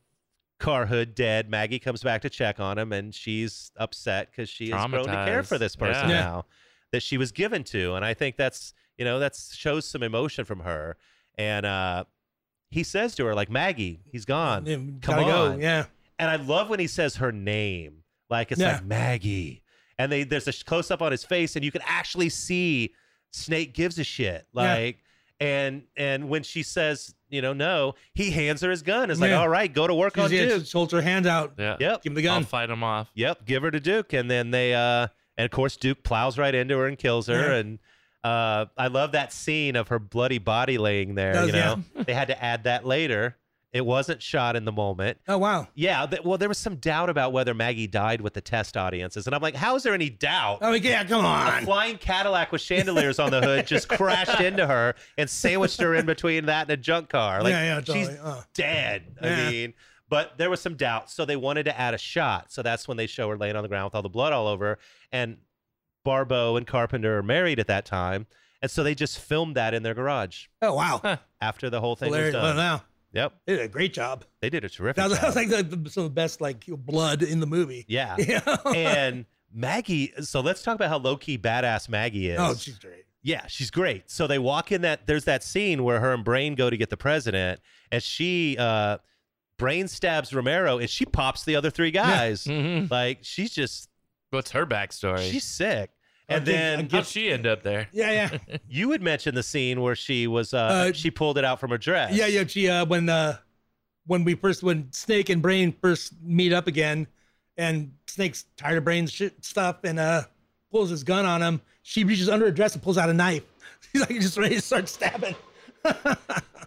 Speaker 2: car hood dead, Maggie comes back to check on him and she's upset because she has grown to care
Speaker 1: Traumatized.
Speaker 2: for this person
Speaker 3: Yeah. Yeah.
Speaker 2: now that she was given to. And I think that's, you know, that shows some emotion from her. And uh, he says to her, like, Maggie, he's gone.
Speaker 3: yeah,
Speaker 2: Come
Speaker 3: gotta go.
Speaker 2: on.
Speaker 3: Yeah,
Speaker 2: And I love when he says her name. Like, it's
Speaker 3: Yeah.
Speaker 2: like Maggie. And they, there's a close up on his face and you can actually see Snake gives a shit.
Speaker 3: Yeah.
Speaker 2: Like, and and when she says, you know, no, he hands her his gun. It's like,
Speaker 3: Yeah.
Speaker 2: all right, go to work on
Speaker 3: She's- yeah,
Speaker 2: Duke.
Speaker 3: she holds her hand out.
Speaker 1: Yeah.
Speaker 2: Yep.
Speaker 3: Give him the
Speaker 1: I'll
Speaker 3: gun.
Speaker 1: fight him off.
Speaker 2: Yep. Give her to Duke. And then they uh and of course Duke plows right into her and kills her.
Speaker 3: Yeah.
Speaker 2: And uh I love that scene of her bloody body laying there.
Speaker 3: Does-
Speaker 2: you know? they had to add that later. It wasn't shot in the moment.
Speaker 3: Oh wow.
Speaker 2: Yeah, th- well, there was some doubt about whether Maggie died with the test audiences, and I'm like, how is there any doubt?
Speaker 3: Oh yeah, come
Speaker 2: A
Speaker 3: on.
Speaker 2: flying Cadillac with chandeliers on the hood just crashed into her and sandwiched her in between that and a junk car. Like,
Speaker 3: yeah, yeah, totally.
Speaker 2: she's
Speaker 3: uh,
Speaker 2: dead. I
Speaker 3: Yeah.
Speaker 2: mean, but there was some doubt, so they wanted to add a shot. So that's when they show her laying on the ground with all the blood all over. her. And Barbeau and Carpenter are married at that time, and so they just filmed that in their garage
Speaker 3: oh wow.
Speaker 2: after the whole thing
Speaker 3: Hilarious.
Speaker 2: was
Speaker 3: Well,
Speaker 2: done.
Speaker 3: now
Speaker 2: Yep,
Speaker 3: they did a great job.
Speaker 2: they did a terrific.
Speaker 3: That was, that
Speaker 2: job.
Speaker 3: was like the, the- some of the best like blood in the movie.
Speaker 2: yeah.
Speaker 3: Yeah.
Speaker 2: and Maggie. So let's talk about how low key badass Maggie is.
Speaker 3: oh, she's great.
Speaker 2: yeah, she's great. So they walk in that. There's that scene where her and Brain go to get the president, and she uh, Brain stabs Romero, and she pops the other three guys.
Speaker 1: Mhm.
Speaker 2: Like she's just
Speaker 1: What's her backstory?
Speaker 2: she's sick.
Speaker 3: I
Speaker 2: And
Speaker 3: did- I
Speaker 2: then
Speaker 3: did-
Speaker 1: How'd she end up there?
Speaker 3: Yeah, yeah,
Speaker 2: you would mention the scene where she was uh,
Speaker 3: Uh,
Speaker 2: she pulled it out from her dress.
Speaker 3: yeah, yeah. She uh, when uh, when we first when Snake and Brain first meet up again, and Snake's tired of Brain's shit stuff, and uh, pulls his gun on him. She reaches under her dress and pulls out a knife. He's like just ready to start stabbing.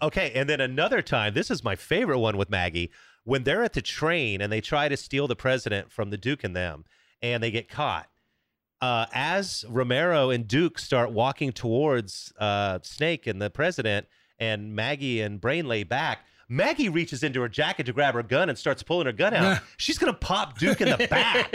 Speaker 2: Okay, and then another time, this is my favorite one with Maggie, when they're at the train and they try to steal the president from the Duke and them, and they get caught. Uh, as Romero and Duke start walking towards uh, Snake and the president, and Maggie and Brain lay back, Maggie reaches into her jacket to grab her gun and starts pulling her gun out. She's gonna pop Duke in the back.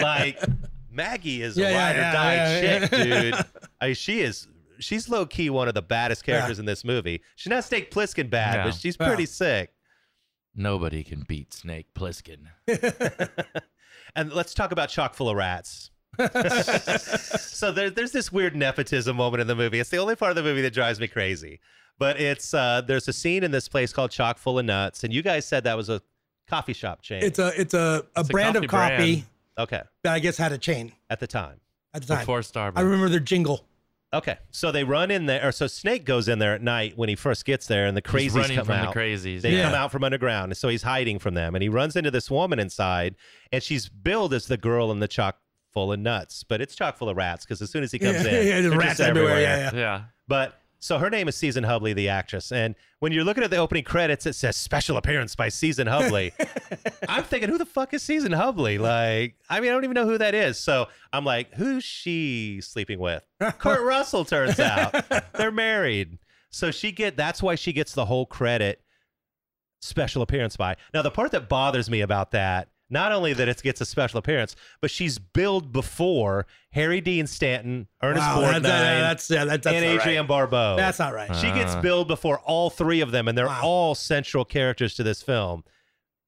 Speaker 2: like Maggie is
Speaker 3: Yeah,
Speaker 2: a
Speaker 3: yeah,
Speaker 2: ride
Speaker 3: yeah,
Speaker 2: or die
Speaker 3: yeah,
Speaker 2: chick,
Speaker 3: yeah.
Speaker 2: dude. I mean, she is she's low key one of the baddest characters in this movie. She's not Snake Plissken bad,
Speaker 1: No.
Speaker 2: but she's
Speaker 3: Yeah.
Speaker 2: pretty sick.
Speaker 1: Nobody can beat Snake Plissken.
Speaker 2: And let's talk about Chock Full of Rats. so there, there's this weird nepotism moment in the movie. It's the only part of the movie that drives me crazy. But it's uh, there's a scene in this place called Chock Full of Nuts, and you guys said that was a coffee shop chain.
Speaker 3: It's a it's a, a
Speaker 1: It's a
Speaker 3: brand of
Speaker 1: coffee
Speaker 3: coffee
Speaker 1: brand.
Speaker 2: okay
Speaker 3: that I guess had a chain
Speaker 2: at the time.
Speaker 3: at the time.
Speaker 1: Before Starbucks.
Speaker 3: I remember their jingle.
Speaker 2: Okay, so they run in there, or so Snake goes in there at night when he first gets there, and the
Speaker 1: He's
Speaker 2: crazies
Speaker 1: running
Speaker 2: come
Speaker 1: from
Speaker 2: out.
Speaker 1: the crazies.
Speaker 2: They
Speaker 1: yeah.
Speaker 2: come out from underground, and so he's hiding from them. And he runs into this woman inside, and she's billed as the girl in the chock full of nuts, but it's chock full of rats because as soon as he comes in,
Speaker 3: yeah, yeah,
Speaker 2: they're
Speaker 3: there's
Speaker 2: just
Speaker 3: rats everywhere. Yeah, yeah.
Speaker 1: Yeah.
Speaker 2: But so her name is Season Hubley, the actress, and when you're looking at the opening credits, it says special appearance by Season Hubley. I'm thinking, who the fuck is Season Hubley? Like, I mean, I don't even know who that is. So I'm like, who's she sleeping with? Kurt Russell turns out they're married. So she get that's why she gets the whole credit special appearance by. Now the part that bothers me about that, not only that it gets a special appearance, but she's billed before Harry Dean Stanton, Ernest
Speaker 3: Wow,
Speaker 2: Borgnine,
Speaker 3: that- that- that's yeah, that, that's
Speaker 2: and
Speaker 3: not
Speaker 2: Adrian
Speaker 3: right.
Speaker 2: Barbeau.
Speaker 3: That's not right.
Speaker 2: she gets
Speaker 1: Ah.
Speaker 2: billed before all three of them, and they're
Speaker 3: Wow.
Speaker 2: all central characters to this film.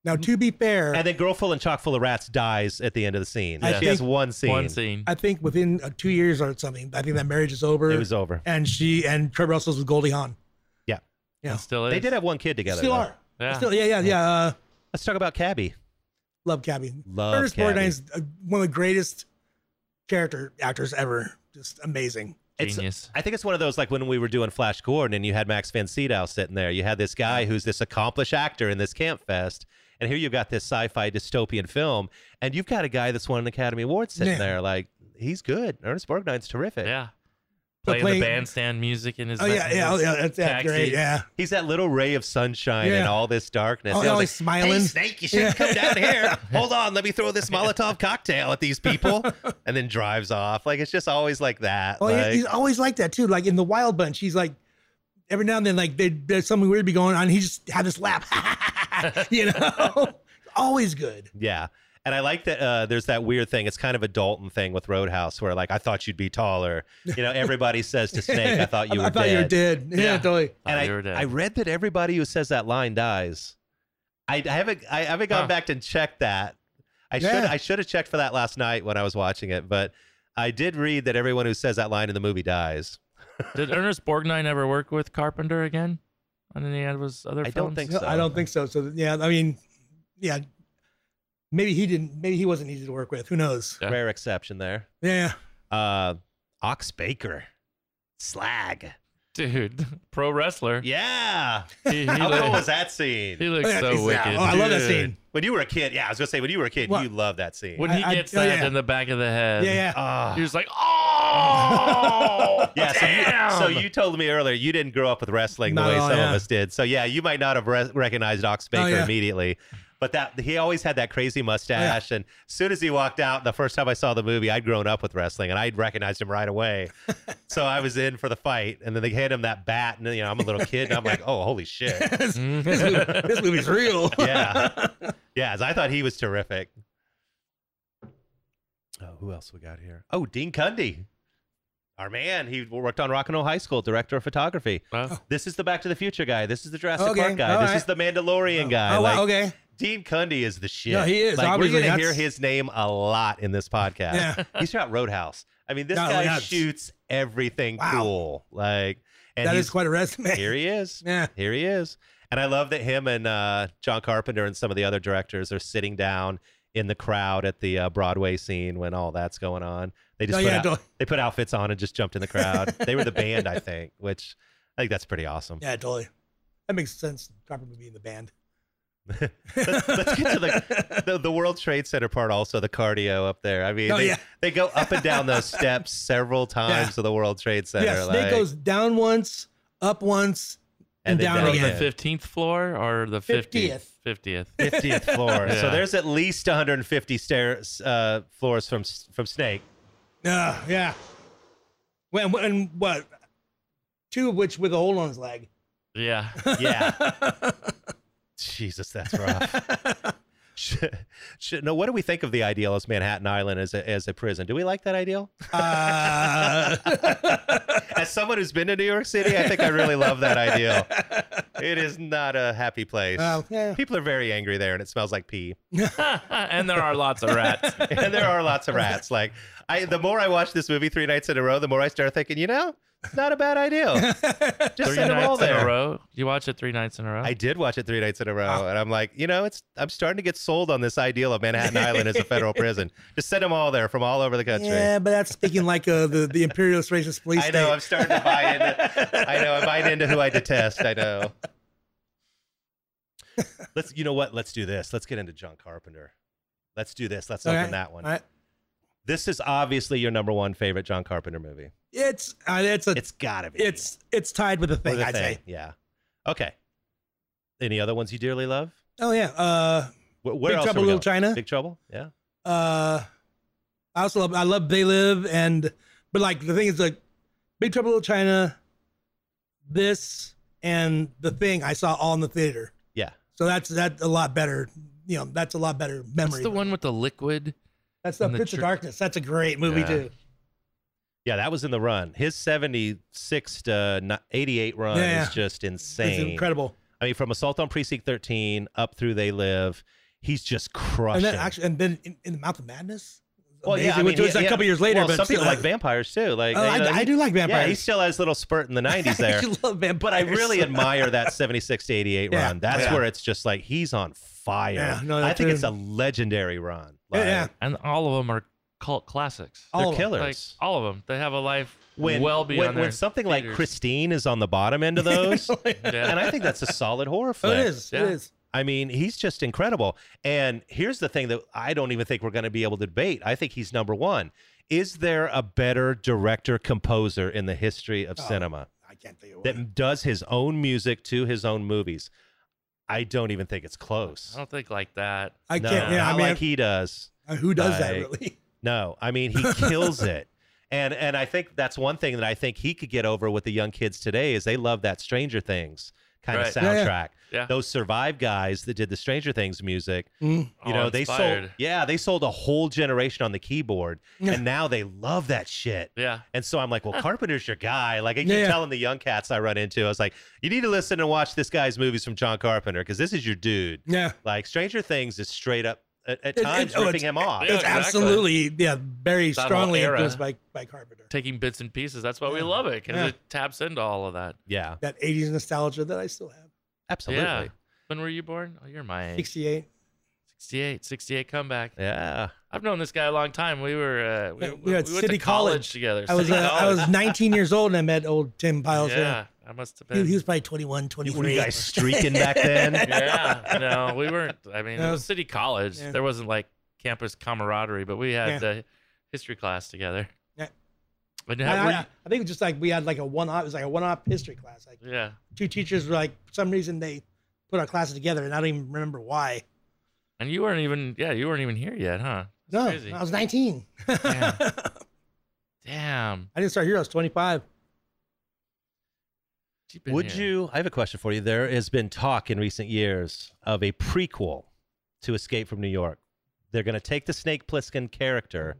Speaker 3: Now, to be fair,
Speaker 2: And then Girl Full and Chock Full of Rats dies at the end of the scene.
Speaker 3: I
Speaker 2: she has
Speaker 3: think-
Speaker 2: one scene.
Speaker 1: One scene.
Speaker 3: I think within uh, two years or something, I think that marriage is over.
Speaker 2: It was over.
Speaker 3: and she and Kurt Russell's with Goldie Hawn.
Speaker 2: Yeah.
Speaker 3: yeah,
Speaker 1: It still is.
Speaker 2: They did have one kid together.
Speaker 3: still
Speaker 2: though.
Speaker 3: are.
Speaker 1: Yeah.
Speaker 3: Still, yeah, yeah, yeah. Uh,
Speaker 2: Let's talk about Cabby.
Speaker 3: love Cabby.
Speaker 2: Love
Speaker 3: Ernest
Speaker 2: Cabby.
Speaker 3: Borgnine is uh, one of the greatest character actors ever. Just amazing.
Speaker 2: It's-
Speaker 1: Genius.
Speaker 2: I think it's one of those like when we were doing Flash Gordon and you had Max Van Sydow sitting there. You had this guy who's this accomplished actor in this camp fest, and here you've got this sci-fi dystopian film, and you've got a guy that's won an Academy Award sitting
Speaker 3: Yeah.
Speaker 2: there. Like he's good. Ernest Borgnine's terrific.
Speaker 1: yeah.
Speaker 3: So
Speaker 1: Playing
Speaker 3: playing-
Speaker 1: the bandstand music in his.
Speaker 3: Oh yeah, yeah, oh,
Speaker 1: his
Speaker 3: yeah. That's yeah,
Speaker 1: taxi.
Speaker 3: great. Yeah.
Speaker 2: He's that little ray of sunshine in
Speaker 3: Yeah.
Speaker 2: all this darkness.
Speaker 3: Oh,
Speaker 2: I was
Speaker 3: oh,
Speaker 2: like,
Speaker 3: he's smiling.
Speaker 2: Hey, Snake, you should not come down here. Hold on, let me throw this Molotov cocktail at these people, and then drives off. Like it's just always like that.
Speaker 3: Well, Oh, he-
Speaker 2: like,
Speaker 3: he's always like that too. Like in the Wild Bunch, he's like every now and then, like they, there's something weird be going on. He just had this laugh, you know. always good.
Speaker 2: yeah. And I like that uh, there's that weird thing. It's kind of a Dalton thing with Roadhouse, where like I thought you'd be taller. You know, everybody says to Snake, "I thought you
Speaker 3: I,
Speaker 2: were
Speaker 3: I thought
Speaker 2: dead."
Speaker 3: you were dead. Yeah,
Speaker 1: Yeah.
Speaker 3: totally.
Speaker 2: And
Speaker 1: Oh, you were
Speaker 2: I,
Speaker 1: dead.
Speaker 2: I read that everybody who says that line dies. I, I haven't I haven't gone
Speaker 1: Huh.
Speaker 2: back and checked that. I should
Speaker 3: Yeah.
Speaker 2: I should have checked for that last night when I was watching it, but I did read that everyone who says that line in the movie dies.
Speaker 1: Did Ernest Borgnine ever work with Carpenter again on any of his other
Speaker 2: I
Speaker 1: films?
Speaker 2: don't think
Speaker 3: No,
Speaker 2: so. uh,
Speaker 3: I don't think so. So yeah, I mean, yeah, maybe he didn't. Maybe he wasn't easy to work with. Who knows?
Speaker 1: Yeah.
Speaker 2: Rare exception there.
Speaker 3: Yeah,
Speaker 2: Uh, Ox Baker, Slag.
Speaker 1: Dude, pro wrestler.
Speaker 2: Yeah.
Speaker 1: He, he
Speaker 2: How cool
Speaker 1: looked-
Speaker 2: was that scene?
Speaker 1: He looks
Speaker 3: yeah,
Speaker 1: so
Speaker 3: he's-
Speaker 1: wicked.
Speaker 3: yeah. Oh, I love that
Speaker 1: dude.
Speaker 3: scene.
Speaker 2: When you were a kid, yeah, I was gonna say when you were a kid,
Speaker 3: What?
Speaker 2: you loved that scene.
Speaker 1: When
Speaker 3: I-
Speaker 1: he
Speaker 3: I-
Speaker 1: gets
Speaker 3: oh,
Speaker 1: that
Speaker 3: yeah.
Speaker 1: in the back of the head,
Speaker 3: yeah, yeah.
Speaker 2: Ah.
Speaker 1: he was like, "Oh,
Speaker 2: Yeah, so
Speaker 1: damn!"
Speaker 2: you, so you told me earlier you didn't grow up with wrestling the
Speaker 3: Not
Speaker 2: way
Speaker 3: at all,
Speaker 2: some
Speaker 3: yeah. Oh,
Speaker 2: of us did. So yeah, you might not have re- recognized Ox Baker
Speaker 3: yeah. Oh,
Speaker 2: immediately, but that he always had that crazy mustache. And as soon as he walked out, the first time I saw the movie, I'd grown up with wrestling and I'd recognized him right away. so I was in for the fight, and then they hand him that bat, and you know I'm a little kid, and I'm like, oh, holy shit,
Speaker 3: this, this movie- this movie's real.
Speaker 2: yeah, yeah. so I thought he was terrific. Oh, who else we got here? Oh, Dean Cundy. Our man, he worked on Rock and Roll High School, director of photography.
Speaker 3: Oh,
Speaker 1: Huh?
Speaker 2: This is the Back to the Future guy. This is the Jurassic
Speaker 3: Okay,
Speaker 2: Park guy.
Speaker 3: all
Speaker 2: this
Speaker 3: right.
Speaker 2: is the Mandalorian guy.
Speaker 3: oh,
Speaker 2: like,
Speaker 3: wow, okay.
Speaker 2: Dean Cundy is the shit.
Speaker 3: No, he is,
Speaker 2: Like,
Speaker 3: obviously,
Speaker 2: we're gonna hear
Speaker 3: that's-
Speaker 2: his name a lot in this podcast.
Speaker 3: Yeah.
Speaker 2: he's shot Roadhouse. I mean, this
Speaker 3: No,
Speaker 2: guy
Speaker 3: that's-
Speaker 2: shoots everything
Speaker 3: Wow.
Speaker 2: cool. Like, and
Speaker 3: That
Speaker 2: he's,
Speaker 3: is quite a resume.
Speaker 2: here he is.
Speaker 3: Yeah.
Speaker 2: Here he is. And I love that him and uh, John Carpenter and some of the other directors are sitting down in the crowd at the uh, Broadway scene when all that's going on. They just
Speaker 3: No,
Speaker 2: put
Speaker 3: Oh, yeah,
Speaker 2: out-
Speaker 3: totally.
Speaker 2: they put outfits on and just jumped in the crowd. they were the band, I think, which I think that's pretty awesome.
Speaker 3: yeah, totally. That makes sense. Carpenter would be in the band.
Speaker 2: let's, let's get to the, the the World Trade Center part. Also, the cardio up there. I mean,
Speaker 3: Oh,
Speaker 2: they,
Speaker 3: yeah.
Speaker 2: they go up and down those steps several times to the World Trade Center.
Speaker 3: yeah, snake
Speaker 2: like-
Speaker 3: goes down once, up once, and,
Speaker 2: And then
Speaker 3: down,
Speaker 2: down
Speaker 1: From
Speaker 3: again.
Speaker 1: the fifteenth floor or the 50th?
Speaker 3: 50th.
Speaker 1: 50th.
Speaker 2: 50th floor. So
Speaker 1: Yeah.
Speaker 2: there's at least 150 stairs uh, floors from S- from Snake.
Speaker 3: Yeah, yeah. When, when what? Two of which with a hole on his leg.
Speaker 1: Yeah.
Speaker 2: Yeah. Jesus, that's rough. Sh- sh- no, what do we think of the ideal as Manhattan Island as a, as a prison? Do we like that ideal?
Speaker 3: Uh,
Speaker 2: As someone who's been to New York City, I think I really love that ideal. It is not a happy place.
Speaker 3: Oh, yeah.
Speaker 2: People are very angry there, and it smells like pee.
Speaker 1: and there are lots of rats.
Speaker 2: and there are lots of rats. Like I, the more I watch this movie three nights in a row, the more I start thinking, you know, it's not a bad idea. Just
Speaker 1: three
Speaker 2: send them all
Speaker 1: nights in
Speaker 2: there.
Speaker 1: a row. You watch it three nights in a row.
Speaker 2: I did watch it three nights in a row, and I'm like, you know, it's I'm starting to get sold on this ideal of Manhattan Island as a federal prison. Just send them all there from all over the country.
Speaker 3: yeah, but that's speaking like uh, the the imperialist racist police.
Speaker 2: I know. I'm
Speaker 3: state.
Speaker 2: starting to buy into. I know. I'm buying into who I detest. I know. Let's. You know what? Let's do this. Let's get into John Carpenter. Let's do this. Let's
Speaker 3: Okay.
Speaker 2: open that one.
Speaker 3: All right.
Speaker 2: This is obviously your number one favorite John Carpenter movie.
Speaker 3: It's uh, it's a it's
Speaker 2: It's gotta be.
Speaker 3: it's, tied with a
Speaker 2: Or
Speaker 3: thing.
Speaker 2: the
Speaker 3: I'd
Speaker 2: thing.
Speaker 3: say.
Speaker 2: Yeah. Okay. Any other ones you dearly love?
Speaker 3: Oh yeah. Uh,
Speaker 2: Where, where
Speaker 3: Big
Speaker 2: else are
Speaker 3: Trouble in
Speaker 2: we
Speaker 3: Little
Speaker 2: going?
Speaker 3: China.
Speaker 2: Big Trouble. Yeah.
Speaker 3: uh, I also love I love They Live and but like the thing is like Big Trouble in Little China, this and the thing I saw all in the theater.
Speaker 2: Yeah.
Speaker 3: So that's that's a lot better. You know, that's a lot better
Speaker 1: What's
Speaker 3: memory.
Speaker 1: the one with the liquid?
Speaker 3: That's the
Speaker 1: and the
Speaker 3: Prince of
Speaker 1: tr-
Speaker 3: Darkness. That's a great movie
Speaker 1: Yeah.
Speaker 3: too.
Speaker 2: Yeah, that was in the run. His 76 to ni- 88 run
Speaker 3: Yeah, yeah.
Speaker 2: is just
Speaker 3: It's
Speaker 2: insane.
Speaker 3: incredible.
Speaker 2: I mean, from Assault on Precinct 13 up through They Live, he's just
Speaker 3: And
Speaker 2: crushing.
Speaker 3: then actually, and then in, in the Mouth of Madness.
Speaker 2: well, yeah,
Speaker 3: Amazing,
Speaker 2: I
Speaker 3: which
Speaker 2: mean,
Speaker 3: was
Speaker 2: he-
Speaker 3: a
Speaker 2: yeah.
Speaker 3: couple years later,
Speaker 2: Well,
Speaker 3: but
Speaker 2: some
Speaker 3: still,
Speaker 2: people like vampires too. Like,
Speaker 3: Oh, I,
Speaker 2: you know,
Speaker 3: I
Speaker 2: he-
Speaker 3: do like
Speaker 2: Yeah, he
Speaker 3: vampires.
Speaker 2: still has little spurt in the 90s there.
Speaker 3: I love vampires.
Speaker 2: but I really admire that 76 to 88
Speaker 3: Yeah.
Speaker 2: run. That's
Speaker 1: Yeah.
Speaker 2: where it's just like he's on fire.
Speaker 3: Yeah, no,
Speaker 2: I
Speaker 3: that's
Speaker 2: think
Speaker 3: it.
Speaker 2: it's a legendary run.
Speaker 3: Yeah,
Speaker 2: Like,
Speaker 3: yeah.
Speaker 1: And all of them are cult classics.
Speaker 3: All of
Speaker 2: They're
Speaker 3: 'em.
Speaker 2: killers.
Speaker 1: Like all of them, they have a life
Speaker 2: when,
Speaker 1: well
Speaker 2: when,
Speaker 1: beyond
Speaker 2: when
Speaker 1: their
Speaker 2: something like
Speaker 1: theaters.
Speaker 2: Christine is on the bottom end of those,
Speaker 1: Yeah.
Speaker 2: and I think that's a solid horror
Speaker 3: Oh,
Speaker 2: film.
Speaker 3: it is.
Speaker 1: Yeah.
Speaker 3: It is.
Speaker 2: I mean, he's just incredible. And here's the thing that I don't even think we're going to be able to debate. I think he's number one. Is there a better director composer in the history of
Speaker 3: Oh.
Speaker 2: cinema
Speaker 3: I can't think of one.
Speaker 2: that does his own music to his own movies? I don't even think it's close.
Speaker 1: I don't think like that.
Speaker 3: I
Speaker 2: No,
Speaker 3: can't. Yeah,
Speaker 2: not
Speaker 3: I mean,
Speaker 2: like he does.
Speaker 3: uh, who does that
Speaker 2: like-
Speaker 3: really?
Speaker 2: No, I mean he kills it. And and I think that's one thing that I think he could get over with the young kids today is they love that Stranger Things kind
Speaker 1: Right.
Speaker 2: of
Speaker 1: Yeah,
Speaker 3: yeah.
Speaker 2: soundtrack.
Speaker 1: Yeah.
Speaker 2: Those Survive guys that did the Stranger Things music,
Speaker 3: Mm.
Speaker 2: you
Speaker 1: All
Speaker 2: know, they sold
Speaker 1: Oh, inspired.
Speaker 2: yeah, they sold a whole generation on the keyboard
Speaker 3: Yeah.
Speaker 2: and now they love that shit.
Speaker 1: Yeah.
Speaker 2: And so I'm like, well, Carpenter's your guy. Like I keep
Speaker 3: Yeah, yeah.
Speaker 2: telling the young cats I run into, I was like, you need to listen and watch this guy's movies from John Carpenter because this is your dude.
Speaker 3: Yeah.
Speaker 2: Like Stranger Things is straight up at, at
Speaker 3: It- it-
Speaker 2: times
Speaker 3: oh,
Speaker 2: ripping
Speaker 3: it's-
Speaker 2: him off.
Speaker 1: Yeah,
Speaker 3: it's
Speaker 1: exactly.
Speaker 3: absolutely yeah very
Speaker 1: That whole
Speaker 3: strongly
Speaker 1: era.
Speaker 3: influenced by by Carpenter.
Speaker 1: Taking bits and pieces. That's why we
Speaker 3: Yeah.
Speaker 1: love it because
Speaker 3: Yeah.
Speaker 1: it taps into all of that.
Speaker 2: yeah.
Speaker 3: That '80s nostalgia that I still have.
Speaker 2: Absolutely.
Speaker 1: Yeah. When were you born? Oh, you're my age.
Speaker 3: '68.
Speaker 1: 68, 68 comeback.
Speaker 2: Yeah.
Speaker 1: I've known this guy a long time. We were uh, we,
Speaker 3: Yeah,
Speaker 1: we-
Speaker 3: we were at
Speaker 1: we went
Speaker 3: City
Speaker 1: to college,
Speaker 3: College.
Speaker 1: together.
Speaker 3: I was uh,
Speaker 1: City
Speaker 3: I
Speaker 1: College.
Speaker 3: was 19 years old and I met old Tim Piles.
Speaker 1: yeah,
Speaker 3: Yeah,
Speaker 1: I must have
Speaker 3: He,
Speaker 1: been.
Speaker 3: he was probably 21,
Speaker 2: Were
Speaker 3: 23.
Speaker 2: you guys streaking back then?
Speaker 1: yeah, no, we weren't. I mean,
Speaker 3: No.
Speaker 1: it was City College.
Speaker 3: Yeah.
Speaker 1: There wasn't like campus camaraderie, but we had
Speaker 3: Yeah.
Speaker 1: uh, history class together.
Speaker 3: Yeah.
Speaker 1: But
Speaker 3: I,
Speaker 1: how- were
Speaker 3: I- I think it was just like we had like a one off. It was like a one off history class. Like
Speaker 1: you- yeah,
Speaker 3: two teachers were like for some reason they put our classes together, and I don't even remember why.
Speaker 1: and you weren't even. Yeah, you weren't even here yet, huh?
Speaker 3: No,
Speaker 1: crazy.
Speaker 3: I was 19.
Speaker 1: Yeah.
Speaker 3: I
Speaker 1: Damn.
Speaker 3: didn't start here. I was 25.
Speaker 1: You've been
Speaker 2: Would
Speaker 1: here.
Speaker 2: you? I have a question for you. There has been talk in recent years of a prequel to Escape from New York. They're going to take the Snake Plissken character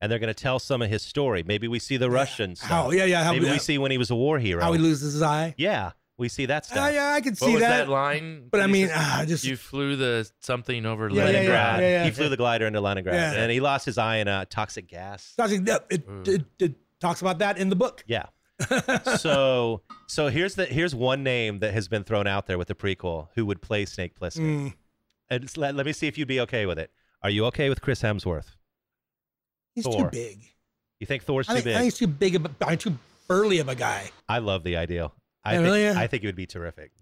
Speaker 2: and they're going to tell some of his story. Maybe we see the Russian stuff.
Speaker 3: How? Yeah, yeah. How, uh,
Speaker 2: Maybe
Speaker 3: how,
Speaker 2: we see when he was a war hero.
Speaker 3: he loses his eye.
Speaker 2: yeah, we see that
Speaker 3: Yeah,
Speaker 2: stuff.
Speaker 3: Ah, yeah. I could
Speaker 1: What
Speaker 3: see
Speaker 1: was that,
Speaker 3: that.
Speaker 1: line?
Speaker 3: but
Speaker 1: that
Speaker 3: I
Speaker 1: he
Speaker 3: mean,
Speaker 1: said?
Speaker 3: ah, just
Speaker 1: you flew the something over
Speaker 3: Yeah, yeah, yeah,
Speaker 1: Leningrad.
Speaker 3: yeah, yeah.
Speaker 2: He flew the glider into Leningrad
Speaker 3: Yeah.
Speaker 2: and he lost his eye in a toxic gas.
Speaker 3: Talks- yeah, it,
Speaker 1: Ooh.
Speaker 3: it, it talks about that in the book.
Speaker 2: Yeah. so so here's the here's one name that has been thrown out there with the prequel who would play Snake Plissken.
Speaker 3: Mm.
Speaker 2: And just let, let me see if you'd be okay with it. Are you okay with Chris Hemsworth?
Speaker 3: He's
Speaker 2: Thor.
Speaker 3: too big.
Speaker 2: You think Thor's
Speaker 3: I
Speaker 2: too
Speaker 3: think, I
Speaker 2: big?
Speaker 3: think
Speaker 2: I,
Speaker 3: he's too big. Of a, I'm too burly of a guy.
Speaker 2: love the ideal. I
Speaker 3: Yeah,
Speaker 2: think,
Speaker 3: really?
Speaker 2: I think it would be terrific.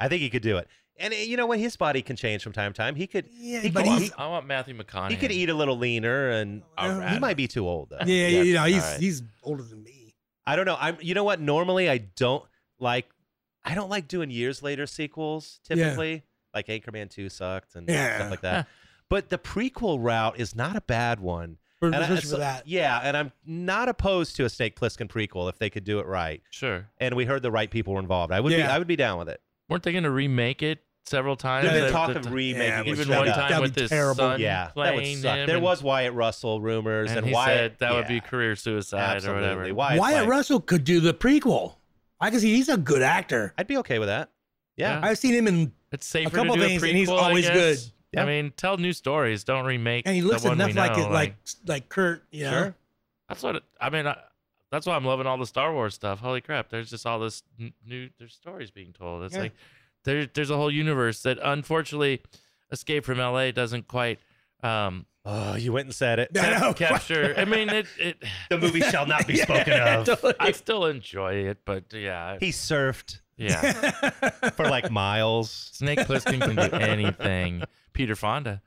Speaker 2: I think he could do it. And uh, you know what? His body can change from time to time. He could
Speaker 3: Yeah,
Speaker 2: He
Speaker 3: but
Speaker 1: I
Speaker 2: go
Speaker 1: want,
Speaker 3: he's
Speaker 1: I want Matthew McConaughey.
Speaker 2: he could eat a little leaner, and
Speaker 3: All
Speaker 2: he
Speaker 3: right.
Speaker 2: might be too old though.
Speaker 3: Oh, yeah, you know, he's
Speaker 1: alright.
Speaker 3: he's older than me.
Speaker 2: I don't know. I'm. You know what? Normally, I don't like. I don't like doing years later sequels.
Speaker 3: Yeah.
Speaker 2: Typically, like Anchorman Two sucked and
Speaker 3: Yeah.
Speaker 2: stuff like that. but the prequel route is not a bad one.
Speaker 3: For,
Speaker 2: And I-
Speaker 3: especially
Speaker 2: so-
Speaker 3: for that.
Speaker 2: Yeah, and I'm not opposed to a Snake Plissken prequel if they could do it right.
Speaker 1: Sure.
Speaker 2: And we heard the right people were involved. I would be.
Speaker 3: Yeah.
Speaker 2: I would be down with it.
Speaker 1: Weren't they going to remake it several times?
Speaker 2: They've
Speaker 1: The-
Speaker 2: been talking
Speaker 1: the-
Speaker 3: Yeah,
Speaker 2: remaking it.
Speaker 3: but
Speaker 1: even
Speaker 2: shut
Speaker 1: one
Speaker 2: up.
Speaker 1: time
Speaker 3: That'd
Speaker 1: with
Speaker 3: be
Speaker 1: this
Speaker 3: terrible.
Speaker 1: son
Speaker 2: Yeah, that would
Speaker 1: playing
Speaker 2: suck.
Speaker 1: him
Speaker 2: There
Speaker 1: and-
Speaker 2: was Wyatt Russell rumors
Speaker 1: and,
Speaker 2: and,
Speaker 1: he
Speaker 2: Wyatt.
Speaker 1: said that would be
Speaker 2: yeah,
Speaker 1: career suicide
Speaker 2: absolutely.
Speaker 1: or whatever.
Speaker 2: Wyatt's
Speaker 3: Wyatt
Speaker 2: like-
Speaker 3: Russell could do the prequel. I can see he's a good actor.
Speaker 2: I'd be okay with that. Yeah.
Speaker 1: Yeah.
Speaker 3: I've seen him in,
Speaker 1: It's safer
Speaker 3: couple
Speaker 1: to do
Speaker 3: things,
Speaker 1: a prequel,
Speaker 3: and he's always
Speaker 1: I
Speaker 3: good.
Speaker 1: guess.
Speaker 2: Yeah.
Speaker 1: I mean, tell new stories. Don't remake.
Speaker 3: and he
Speaker 1: the
Speaker 3: looks
Speaker 1: one we
Speaker 3: enough like
Speaker 1: know,
Speaker 3: it, like like Kurt. You know?
Speaker 2: Sure.
Speaker 1: that's what I mean. I, that's why I'm loving all the Star Wars stuff. Holy crap! There's just all this n- new. There's stories being told. It's
Speaker 2: Yeah.
Speaker 1: like there, there's a whole universe that unfortunately, Escape from L.A. doesn't quite um,
Speaker 2: Oh, you went and said it.
Speaker 3: I know.
Speaker 1: capture. I mean, it. it
Speaker 2: The movie shall not be spoken
Speaker 3: Yeah,
Speaker 2: of.
Speaker 3: totally.
Speaker 1: I still enjoy it, but yeah,
Speaker 2: He surfed
Speaker 1: yeah.
Speaker 2: for like miles.
Speaker 1: Snake Plissken can do anything. Peter Fonda.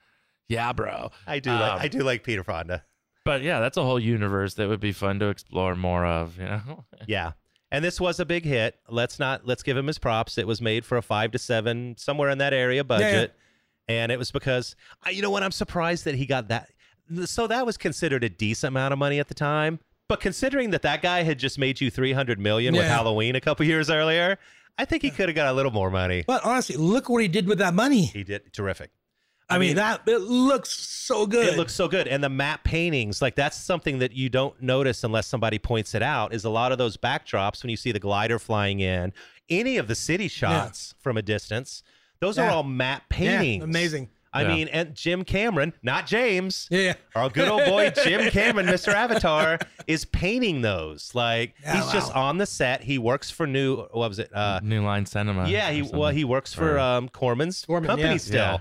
Speaker 1: Yeah, bro.
Speaker 2: I do.
Speaker 1: Um,
Speaker 2: like, I do like Peter Fonda.
Speaker 1: But yeah, that's a whole universe that would be fun to explore more of, you know?
Speaker 2: Yeah. And this was a big hit. Let's not let's give him his props. It was made for a five to seven somewhere in that area
Speaker 3: yeah.
Speaker 2: budget, and it was because I, you know what? I'm surprised that he got that. So that was considered a decent amount of money at the time. But considering that that guy had just made you 300 million with
Speaker 3: Yeah.
Speaker 2: Halloween a couple years earlier, I think he could have got a little more money.
Speaker 3: But honestly, look what he did with that money.
Speaker 2: He did terrific.
Speaker 3: I, mean, that it looks so good.
Speaker 2: It looks so good. And the map paintings, like that's something that you don't notice unless somebody points it out, is a lot of those backdrops when you see the glider flying in, any of the city shots from a distance, those are
Speaker 3: Yeah.
Speaker 2: all map
Speaker 3: Yeah,
Speaker 2: paintings.
Speaker 3: amazing.
Speaker 2: I
Speaker 1: Yeah.
Speaker 2: mean, and Jim Cameron, not James,
Speaker 3: Yeah, yeah.
Speaker 2: our good old boy Jim Cameron, Mr. Avatar, is painting those. Like
Speaker 3: Yeah,
Speaker 2: he's just
Speaker 3: wow.
Speaker 2: on the set. He works for new, what was it? Uh,
Speaker 1: New Line Cinema.
Speaker 2: yeah, he
Speaker 1: or
Speaker 2: well he works for
Speaker 1: Or-
Speaker 2: um, Corman's
Speaker 3: Corman,
Speaker 2: company
Speaker 3: yeah.
Speaker 2: still,
Speaker 1: Yeah.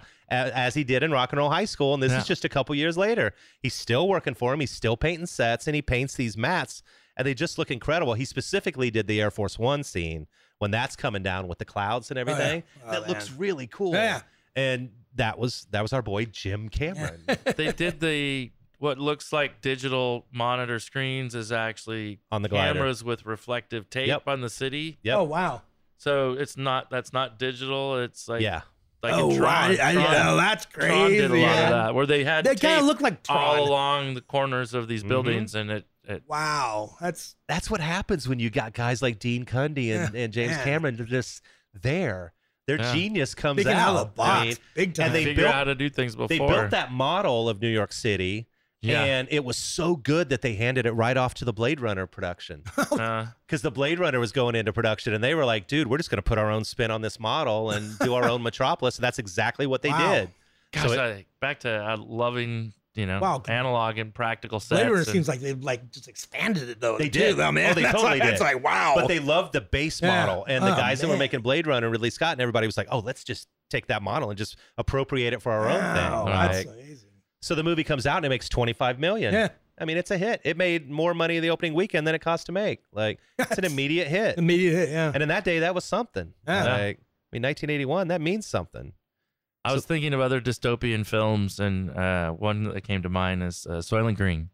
Speaker 2: a- as he did in Rock and Roll High School, and this
Speaker 1: Yeah.
Speaker 2: is just a couple years later. He's still working for him. He's still painting sets, and he paints these mats, and they just look incredible. He specifically did the Air Force One scene when that's coming down with the clouds and
Speaker 3: yeah.
Speaker 2: everything.
Speaker 3: Oh,
Speaker 2: that
Speaker 3: man.
Speaker 2: looks really cool.
Speaker 3: Yeah.
Speaker 2: and that was that was our boy Jim Cameron.
Speaker 1: something. they did the what looks like digital monitor screens is actually
Speaker 2: On the glider.
Speaker 1: cameras with reflective tape
Speaker 2: Yep.
Speaker 1: on the city.
Speaker 2: Yep.
Speaker 3: Oh wow.
Speaker 1: So it's not that's not digital. It's like
Speaker 2: yeah,
Speaker 1: like
Speaker 3: oh
Speaker 1: in Tron.
Speaker 3: wow. I- I-
Speaker 1: Tron-
Speaker 3: oh, that's
Speaker 1: Tron
Speaker 3: crazy.
Speaker 1: did a lot
Speaker 3: yeah.
Speaker 1: of that where they had
Speaker 3: They kind
Speaker 1: tape
Speaker 3: of look like Tron.
Speaker 1: all along the corners of these
Speaker 2: Mhm.
Speaker 1: buildings, and it, it
Speaker 3: Wow, that's
Speaker 2: that's what happens when you got guys like Dean Cundy and,
Speaker 3: Yeah,
Speaker 2: and James
Speaker 3: man.
Speaker 2: Cameron. They're just there. Their
Speaker 1: Yeah.
Speaker 2: genius comes
Speaker 3: thinking out
Speaker 2: out.
Speaker 3: of the
Speaker 2: I
Speaker 3: box,
Speaker 2: mean,
Speaker 3: big time.
Speaker 2: and they
Speaker 1: figure
Speaker 2: built-
Speaker 1: out how to do things before.
Speaker 2: they built that model of New York City,
Speaker 1: Yeah.
Speaker 2: and it was so good that they handed it right off to the Blade Runner production
Speaker 1: uh,
Speaker 2: because the Blade Runner was going into production, and they were like, "Dude, we're just going to put our own spin on this model and do our own Metropolis," and that's exactly what they
Speaker 3: Wow.
Speaker 2: did.
Speaker 1: Gosh,
Speaker 2: it-
Speaker 1: I, back to uh, loving, you know,
Speaker 3: Wow.
Speaker 1: analog and practical sets.
Speaker 3: Blade Runner
Speaker 1: and-
Speaker 3: seems like they've like just expanded it though.
Speaker 2: They
Speaker 3: too,
Speaker 2: did.
Speaker 3: though, man.
Speaker 2: Oh, they
Speaker 3: that's
Speaker 2: totally
Speaker 3: like, That's
Speaker 2: did.
Speaker 3: like wow.
Speaker 2: But they loved the base
Speaker 3: Oh. Yeah.
Speaker 2: model, and the
Speaker 3: Oh,
Speaker 2: guys that were
Speaker 3: man.
Speaker 2: making Blade Runner, Ridley Scott, and everybody was like, "Oh, let's just take that model and just appropriate it for our own
Speaker 3: Wow,
Speaker 2: thing."
Speaker 1: Right.
Speaker 3: That's
Speaker 2: Like,
Speaker 3: amazing.
Speaker 2: so the movie comes out and it makes twenty five million.
Speaker 3: Yeah,
Speaker 2: I mean, it's a hit. It made more money the opening weekend than it cost to make. Like, it's an immediate hit.
Speaker 3: immediate hit. Yeah.
Speaker 2: And in that day, that was something.
Speaker 3: Yeah.
Speaker 2: Like, I mean, 1981, that means something.
Speaker 1: I was thinking of other dystopian films, and uh, one that came to mind is uh, Soylent Green.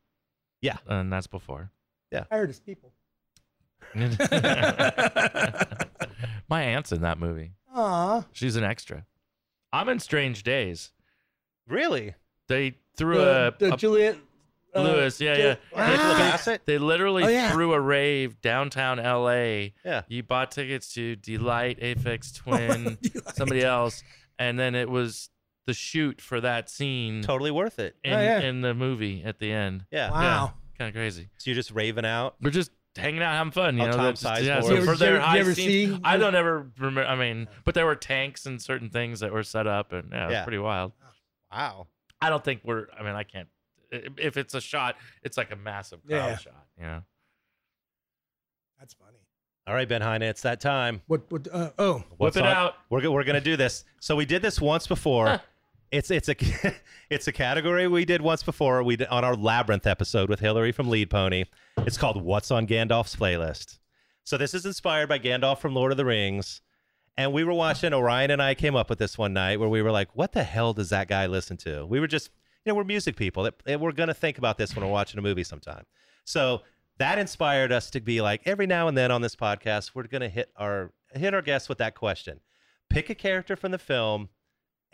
Speaker 2: Yeah.
Speaker 1: and that's before.
Speaker 3: Hired his people.
Speaker 1: My aunt's in that movie.
Speaker 3: Aw.
Speaker 1: She's an extra. I'm in Strange Days.
Speaker 2: Really?
Speaker 1: They threw
Speaker 3: The,
Speaker 1: a,
Speaker 3: the
Speaker 1: a
Speaker 3: Juliet uh,
Speaker 1: Lewis, yeah,
Speaker 3: Ju-
Speaker 1: yeah.
Speaker 3: Wow.
Speaker 1: They literally
Speaker 3: Oh, yeah.
Speaker 1: threw a rave downtown L.A.
Speaker 2: Yeah.
Speaker 1: You bought tickets to Delight, Aphex Twin, somebody else, and then it was the shoot for that scene
Speaker 2: Totally worth it.
Speaker 1: in,
Speaker 3: yeah.
Speaker 1: in the movie at the end.
Speaker 2: Yeah.
Speaker 3: Wow.
Speaker 1: Kind of crazy.
Speaker 2: So you're just raving out.
Speaker 1: We're just hanging out, having fun. You
Speaker 2: On
Speaker 1: know,
Speaker 2: Tom
Speaker 1: that's just, yeah,
Speaker 2: Sizemore.
Speaker 1: so
Speaker 2: You ever-
Speaker 1: for their
Speaker 3: you
Speaker 1: high
Speaker 3: ever
Speaker 1: scenes,
Speaker 3: see-
Speaker 1: I don't ever remember. I mean, but there were tanks and certain things that were set up, and yeah, it was
Speaker 2: Yeah.
Speaker 1: pretty wild.
Speaker 2: Wow.
Speaker 1: I don't think we're. I mean, I can't. i- If it's a shot, it's like a massive crowd
Speaker 3: Yeah.
Speaker 1: shot. You know.
Speaker 3: That's funny.
Speaker 2: All right, Ben Heine, it's that time.
Speaker 3: What? What? Uh, oh,
Speaker 2: What's
Speaker 1: Whip it
Speaker 2: on-
Speaker 1: out.
Speaker 2: We're, go- we're going to do this. So we did this once before. It's it's a it's a category we did once before. We did on our labyrinth episode with Hillary from Lead Pony. It's called "What's on Gandalf's Playlist." So this is inspired by Gandalf from Lord of the Rings, And we were watching Orion and I came up with this one night where we were like, what the hell does that guy listen to? We were just, you know, we're music people. That that we're gonna think about this when we're watching a movie sometime. So that inspired us to be like, every now and then on this podcast, we're gonna hit our hit our guests with that question. Pick a character from the film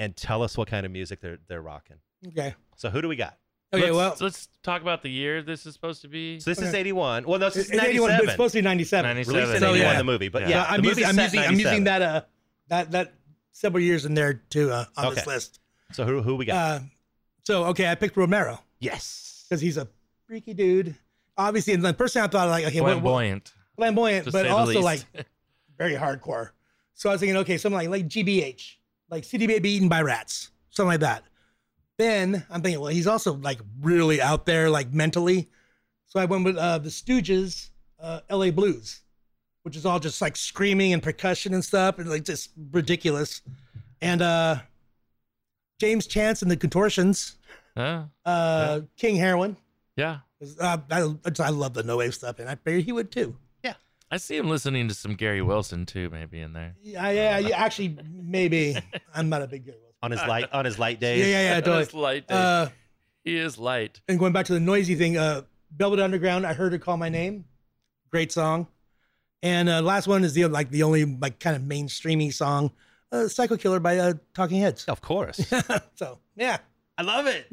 Speaker 2: and tell us what kind of music they're they're rocking.
Speaker 3: Okay.
Speaker 2: So who do we got?
Speaker 3: Okay.
Speaker 1: let's,
Speaker 3: well,
Speaker 1: so let's talk about the year this is supposed to be.
Speaker 2: So this is
Speaker 3: Okay.
Speaker 2: 81. Well, no, this
Speaker 3: it's,
Speaker 2: is
Speaker 3: it's 81,
Speaker 2: 97.
Speaker 3: it's supposed to be 97.
Speaker 1: 97.
Speaker 2: Released in
Speaker 1: So,
Speaker 2: 81,
Speaker 3: yeah.
Speaker 2: the movie. But
Speaker 1: Yeah.
Speaker 2: yeah,
Speaker 3: So I'm
Speaker 2: the
Speaker 3: using,
Speaker 2: movie's
Speaker 3: I'm
Speaker 2: set
Speaker 3: using, I'm
Speaker 2: 97.
Speaker 3: using that, uh, that, that several years in there too, uh, on this
Speaker 2: Okay.
Speaker 3: list.
Speaker 2: So who who we got?
Speaker 3: Uh, so, okay. I picked Romero
Speaker 2: yes.
Speaker 3: because he's a freaky dude. Obviously, and the person I thought like, okay, what, what,
Speaker 1: Flamboyant,
Speaker 3: flamboyant,
Speaker 1: to
Speaker 3: but
Speaker 1: say the
Speaker 3: also
Speaker 1: least.
Speaker 3: like very hardcore. So I was thinking, okay, something like like GBH, like CD Baby Eaten by Rats, something like that. Then I'm thinking, well, he's also like really out there, like mentally. So I went with uh, the Stooges, uh, L.A. Blues, which is all just like screaming and percussion and stuff, and like just ridiculous. And uh, James Chance and the Contortions,
Speaker 1: Huh?
Speaker 3: uh, King Heroin.
Speaker 1: yeah.
Speaker 3: Uh, I, I love the no wave stuff, and I figured he would too.
Speaker 1: I see him listening to some Gary Wilson too, maybe in there.
Speaker 3: Yeah, yeah, yeah. Actually, maybe I'm not a big Gary Wilson.
Speaker 2: On his light on his light
Speaker 3: Yeah,
Speaker 2: days.
Speaker 3: yeah, yeah.
Speaker 1: That's
Speaker 3: Totally.
Speaker 1: light. Dave.
Speaker 3: Uh,
Speaker 1: he is light.
Speaker 3: and going back to the noisy thing, uh, Velvet Underground. I heard her call my name. Great song. And uh, last one is the like the only like kind of mainstreamy song, uh, "Psycho Killer" by uh, Talking Heads.
Speaker 2: Of course.
Speaker 3: so yeah.
Speaker 2: I love it.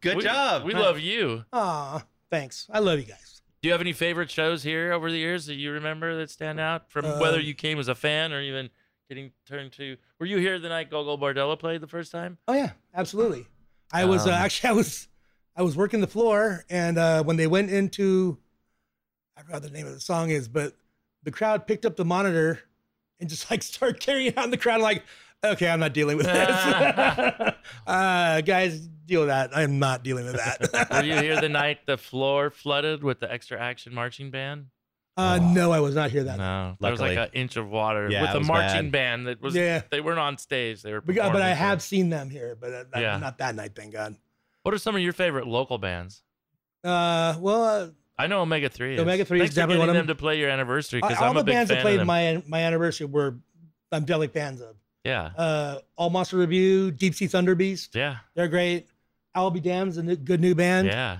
Speaker 2: Good
Speaker 1: We-
Speaker 2: job.
Speaker 1: We love you.
Speaker 3: Aw, thanks. I love you guys.
Speaker 1: Do you have any favorite shows here over the years that you remember that stand out from whether
Speaker 3: Um,
Speaker 1: you came as a fan or even getting turned to? Were you here the night Gogo Bardella played the first time?
Speaker 3: Oh yeah, absolutely. I was uh,
Speaker 1: Um,
Speaker 3: actually I was I was working the floor, and uh, when they went into I forgot what the name of the song is, but the crowd picked up the monitor and just like started carrying on the crowd like, okay, I'm not dealing with this. uh, guys, deal with that. I'm not dealing with
Speaker 1: Were
Speaker 3: that.
Speaker 1: you here the night the floor flooded with the extra action marching band?
Speaker 3: uh, no, I was not here that. night.
Speaker 1: No, there was like
Speaker 2: Luckily.
Speaker 1: an inch of water
Speaker 2: Yeah,
Speaker 1: with
Speaker 2: it
Speaker 1: a
Speaker 2: was
Speaker 1: marching
Speaker 2: bad.
Speaker 1: band that was.
Speaker 3: Yeah.
Speaker 1: they weren't on stage. They were.
Speaker 3: But, but I
Speaker 1: performing, so-
Speaker 3: have seen them here, but uh, not,
Speaker 1: Yeah.
Speaker 3: not that night, thank God.
Speaker 1: What are some of your favorite local bands?
Speaker 3: Uh, well, uh,
Speaker 1: I know Omega Three. Is.
Speaker 3: Omega 3 is
Speaker 1: Thanks for
Speaker 3: definitely
Speaker 1: getting
Speaker 3: one
Speaker 1: them
Speaker 3: of
Speaker 1: to play your anniversary
Speaker 3: I-
Speaker 1: because
Speaker 3: all
Speaker 1: I'm
Speaker 3: the
Speaker 1: a big
Speaker 3: bands
Speaker 1: fan
Speaker 3: that
Speaker 1: of
Speaker 3: played
Speaker 1: them.
Speaker 3: my my anniversary were I'm definitely fans of.
Speaker 1: yeah,
Speaker 3: uh, All Monster Review, Deep Sea Thunder Beast.
Speaker 1: yeah,
Speaker 3: They're great. I'll Be Damned's a new- good new band.
Speaker 1: yeah.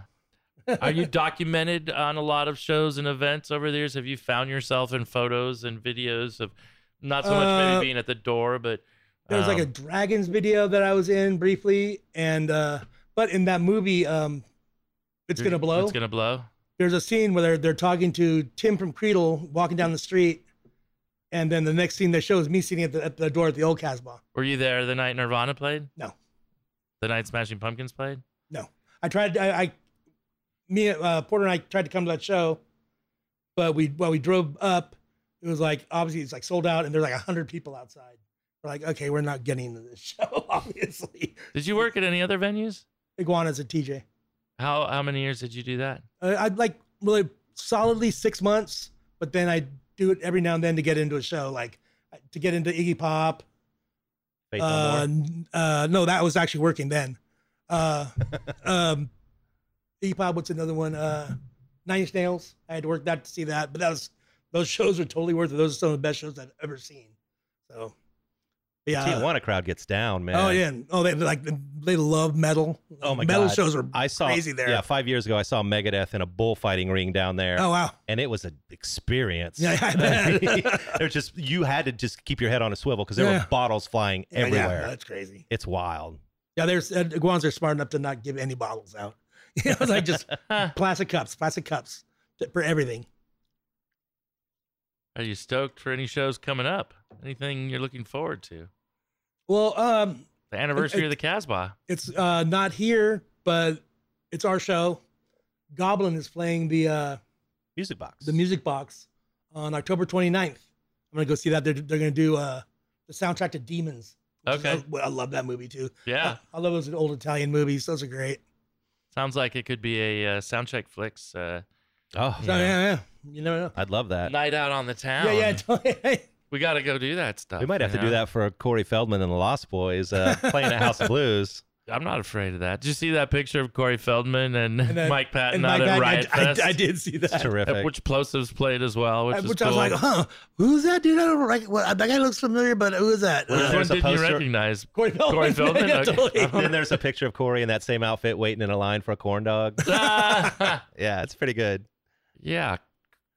Speaker 1: Are you documented on a lot of shows and events over the years? Have you found yourself in photos and videos of not so much
Speaker 3: Uh,
Speaker 1: maybe being at the door, but
Speaker 3: There was like a
Speaker 1: um,
Speaker 3: Dragons video that I was in briefly, and uh, but in that movie, um, it's gonna blow.
Speaker 1: It's gonna blow.
Speaker 3: There's a scene where they're they're talking to Tim from Creedle walking down the street, and then the next scene they show is me sitting at the, at the door at the old Casbah.
Speaker 1: Were you there the night Nirvana played?
Speaker 3: No.
Speaker 1: The night Smashing Pumpkins played?
Speaker 3: I tried. I, I me, uh, Porter, and I tried to come to that show, but we while we drove up, it was like obviously it's like sold out, and there's like hundred people outside. We're like, okay, we're not getting to this show, obviously.
Speaker 1: Did you work at any other venues?
Speaker 3: Iguanas at TJ.
Speaker 1: How how many years did you do that?
Speaker 3: Uh, I'd like really solidly six months, but then I do it every now and then to get into a show, like to get into Iggy Pop.
Speaker 2: Faith No
Speaker 3: Uh,
Speaker 2: More.
Speaker 3: n- uh, no, that was actually working then. Uh, um, Iggy Pop, what's another one? Uh, Nine Inch Nails. I had to work that to see that, but that was those shows are totally worth it. Those are some of the best shows I've ever seen. So, yeah.
Speaker 2: Tijuana crowd gets down, man.
Speaker 3: oh yeah. Oh, they like they love metal.
Speaker 2: Oh my
Speaker 3: metal
Speaker 2: God.
Speaker 3: shows are.
Speaker 2: I saw
Speaker 3: Crazy there.
Speaker 2: Yeah, five years ago I saw Megadeth in a bullfighting ring down there,
Speaker 3: Oh wow.
Speaker 2: and it was an experience.
Speaker 3: Yeah, I bet.
Speaker 2: They're just you had to just keep your head on a swivel because there
Speaker 3: Yeah.
Speaker 2: were bottles flying
Speaker 3: Yeah, yeah,
Speaker 2: everywhere.
Speaker 3: that's crazy.
Speaker 2: it's wild.
Speaker 3: Yeah, there's uh, Guans are smart enough to not give any bottles out. You know, it's like just
Speaker 1: Huh.
Speaker 3: plastic cups, plastic cups for everything.
Speaker 1: Are you stoked for any shows coming up? Anything you're looking forward to?
Speaker 3: Well, um,
Speaker 1: The anniversary of the Casbah.
Speaker 3: it's uh not here, but it's our show. Goblin is playing the uh
Speaker 2: Music box.
Speaker 3: the music box on October 29th. I'm gonna go see that. They're they're gonna do uh the soundtrack to Demons. which is-
Speaker 1: Okay.
Speaker 3: I, well, I love that movie too.
Speaker 1: Yeah.
Speaker 3: I, I love those old Italian movies. Those are great.
Speaker 1: Sounds like it could be a uh, soundcheck flicks uh,
Speaker 2: oh,
Speaker 3: So, yeah, yeah. You never know.
Speaker 2: I'd love that.
Speaker 1: night out on the town.
Speaker 3: Uh, Yeah, yeah. totally.
Speaker 1: We got to go do that stuff.
Speaker 2: We might have
Speaker 1: you
Speaker 2: to do
Speaker 1: know?
Speaker 2: that for Corey Feldman and the Lost Boys uh, playing at House of Blues.
Speaker 1: I'm not afraid of that. Did you see that picture of Corey Feldman and,
Speaker 3: And then-
Speaker 1: Mike Patton
Speaker 3: and
Speaker 1: out
Speaker 3: my
Speaker 1: at
Speaker 3: dad-
Speaker 1: Riot
Speaker 3: I,
Speaker 1: Fest?
Speaker 3: I, I did see
Speaker 2: It's
Speaker 3: that.
Speaker 1: At
Speaker 2: terrific.
Speaker 1: which plosives played as well, which,
Speaker 3: Which,
Speaker 1: is
Speaker 3: which I
Speaker 1: cool.
Speaker 3: was like, huh, who's that dude? I don't rec- well, that guy looks familiar, but who is that?
Speaker 1: which
Speaker 2: Well,
Speaker 3: Uh,
Speaker 1: one
Speaker 2: there's a
Speaker 1: didn't you
Speaker 2: poster-
Speaker 1: recognize?
Speaker 3: Corey Feldman.
Speaker 1: Corey Feldman?
Speaker 3: yeah,
Speaker 1: Okay.
Speaker 3: totally.
Speaker 2: then there's a picture of Corey in that same outfit waiting in a line for a corn dog.
Speaker 1: Ah,
Speaker 2: Yeah, it's pretty good.
Speaker 1: yeah,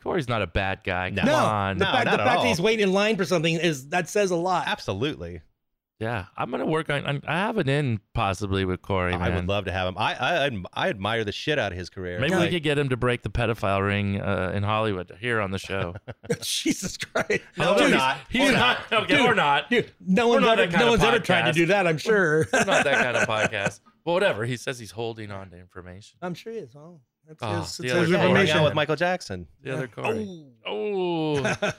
Speaker 1: Corey's not a bad guy.
Speaker 2: No.
Speaker 1: Come
Speaker 3: No,
Speaker 1: on.
Speaker 3: the
Speaker 2: No,
Speaker 3: fact,
Speaker 2: not
Speaker 3: the
Speaker 2: at
Speaker 3: fact
Speaker 2: all.
Speaker 3: that he's waiting in line for something is that says a lot.
Speaker 2: Absolutely.
Speaker 1: Yeah, I'm gonna work on. I'm- I have an in possibly with Corey.
Speaker 2: I would
Speaker 1: man.
Speaker 2: love to have him. I I, adm- I admire the shit out of his career.
Speaker 1: Maybe we
Speaker 2: Like,
Speaker 1: could get him to break the pedophile ring uh, in Hollywood here on the show.
Speaker 3: Jesus Christ.
Speaker 2: No,
Speaker 3: dude,
Speaker 2: we're not.
Speaker 1: He's
Speaker 2: Or
Speaker 1: not. Okay,
Speaker 3: Dude.
Speaker 1: or not.
Speaker 3: dude, no
Speaker 1: We're
Speaker 3: one's,
Speaker 1: not
Speaker 3: ever,
Speaker 1: that kind
Speaker 3: no
Speaker 1: of
Speaker 3: one's ever tried to
Speaker 1: podcast.
Speaker 3: do that, I'm sure.
Speaker 1: We're not that kind of podcast. But whatever. He says he's holding on to information.
Speaker 3: I'm sure he is. Oh, that's
Speaker 1: Ah,
Speaker 3: his,
Speaker 1: the
Speaker 3: that's
Speaker 1: other
Speaker 3: his
Speaker 1: guy.
Speaker 2: hang out
Speaker 1: Information.
Speaker 2: with Michael Jackson.
Speaker 1: The other Corey.
Speaker 3: information.
Speaker 1: Oh.
Speaker 3: Oh.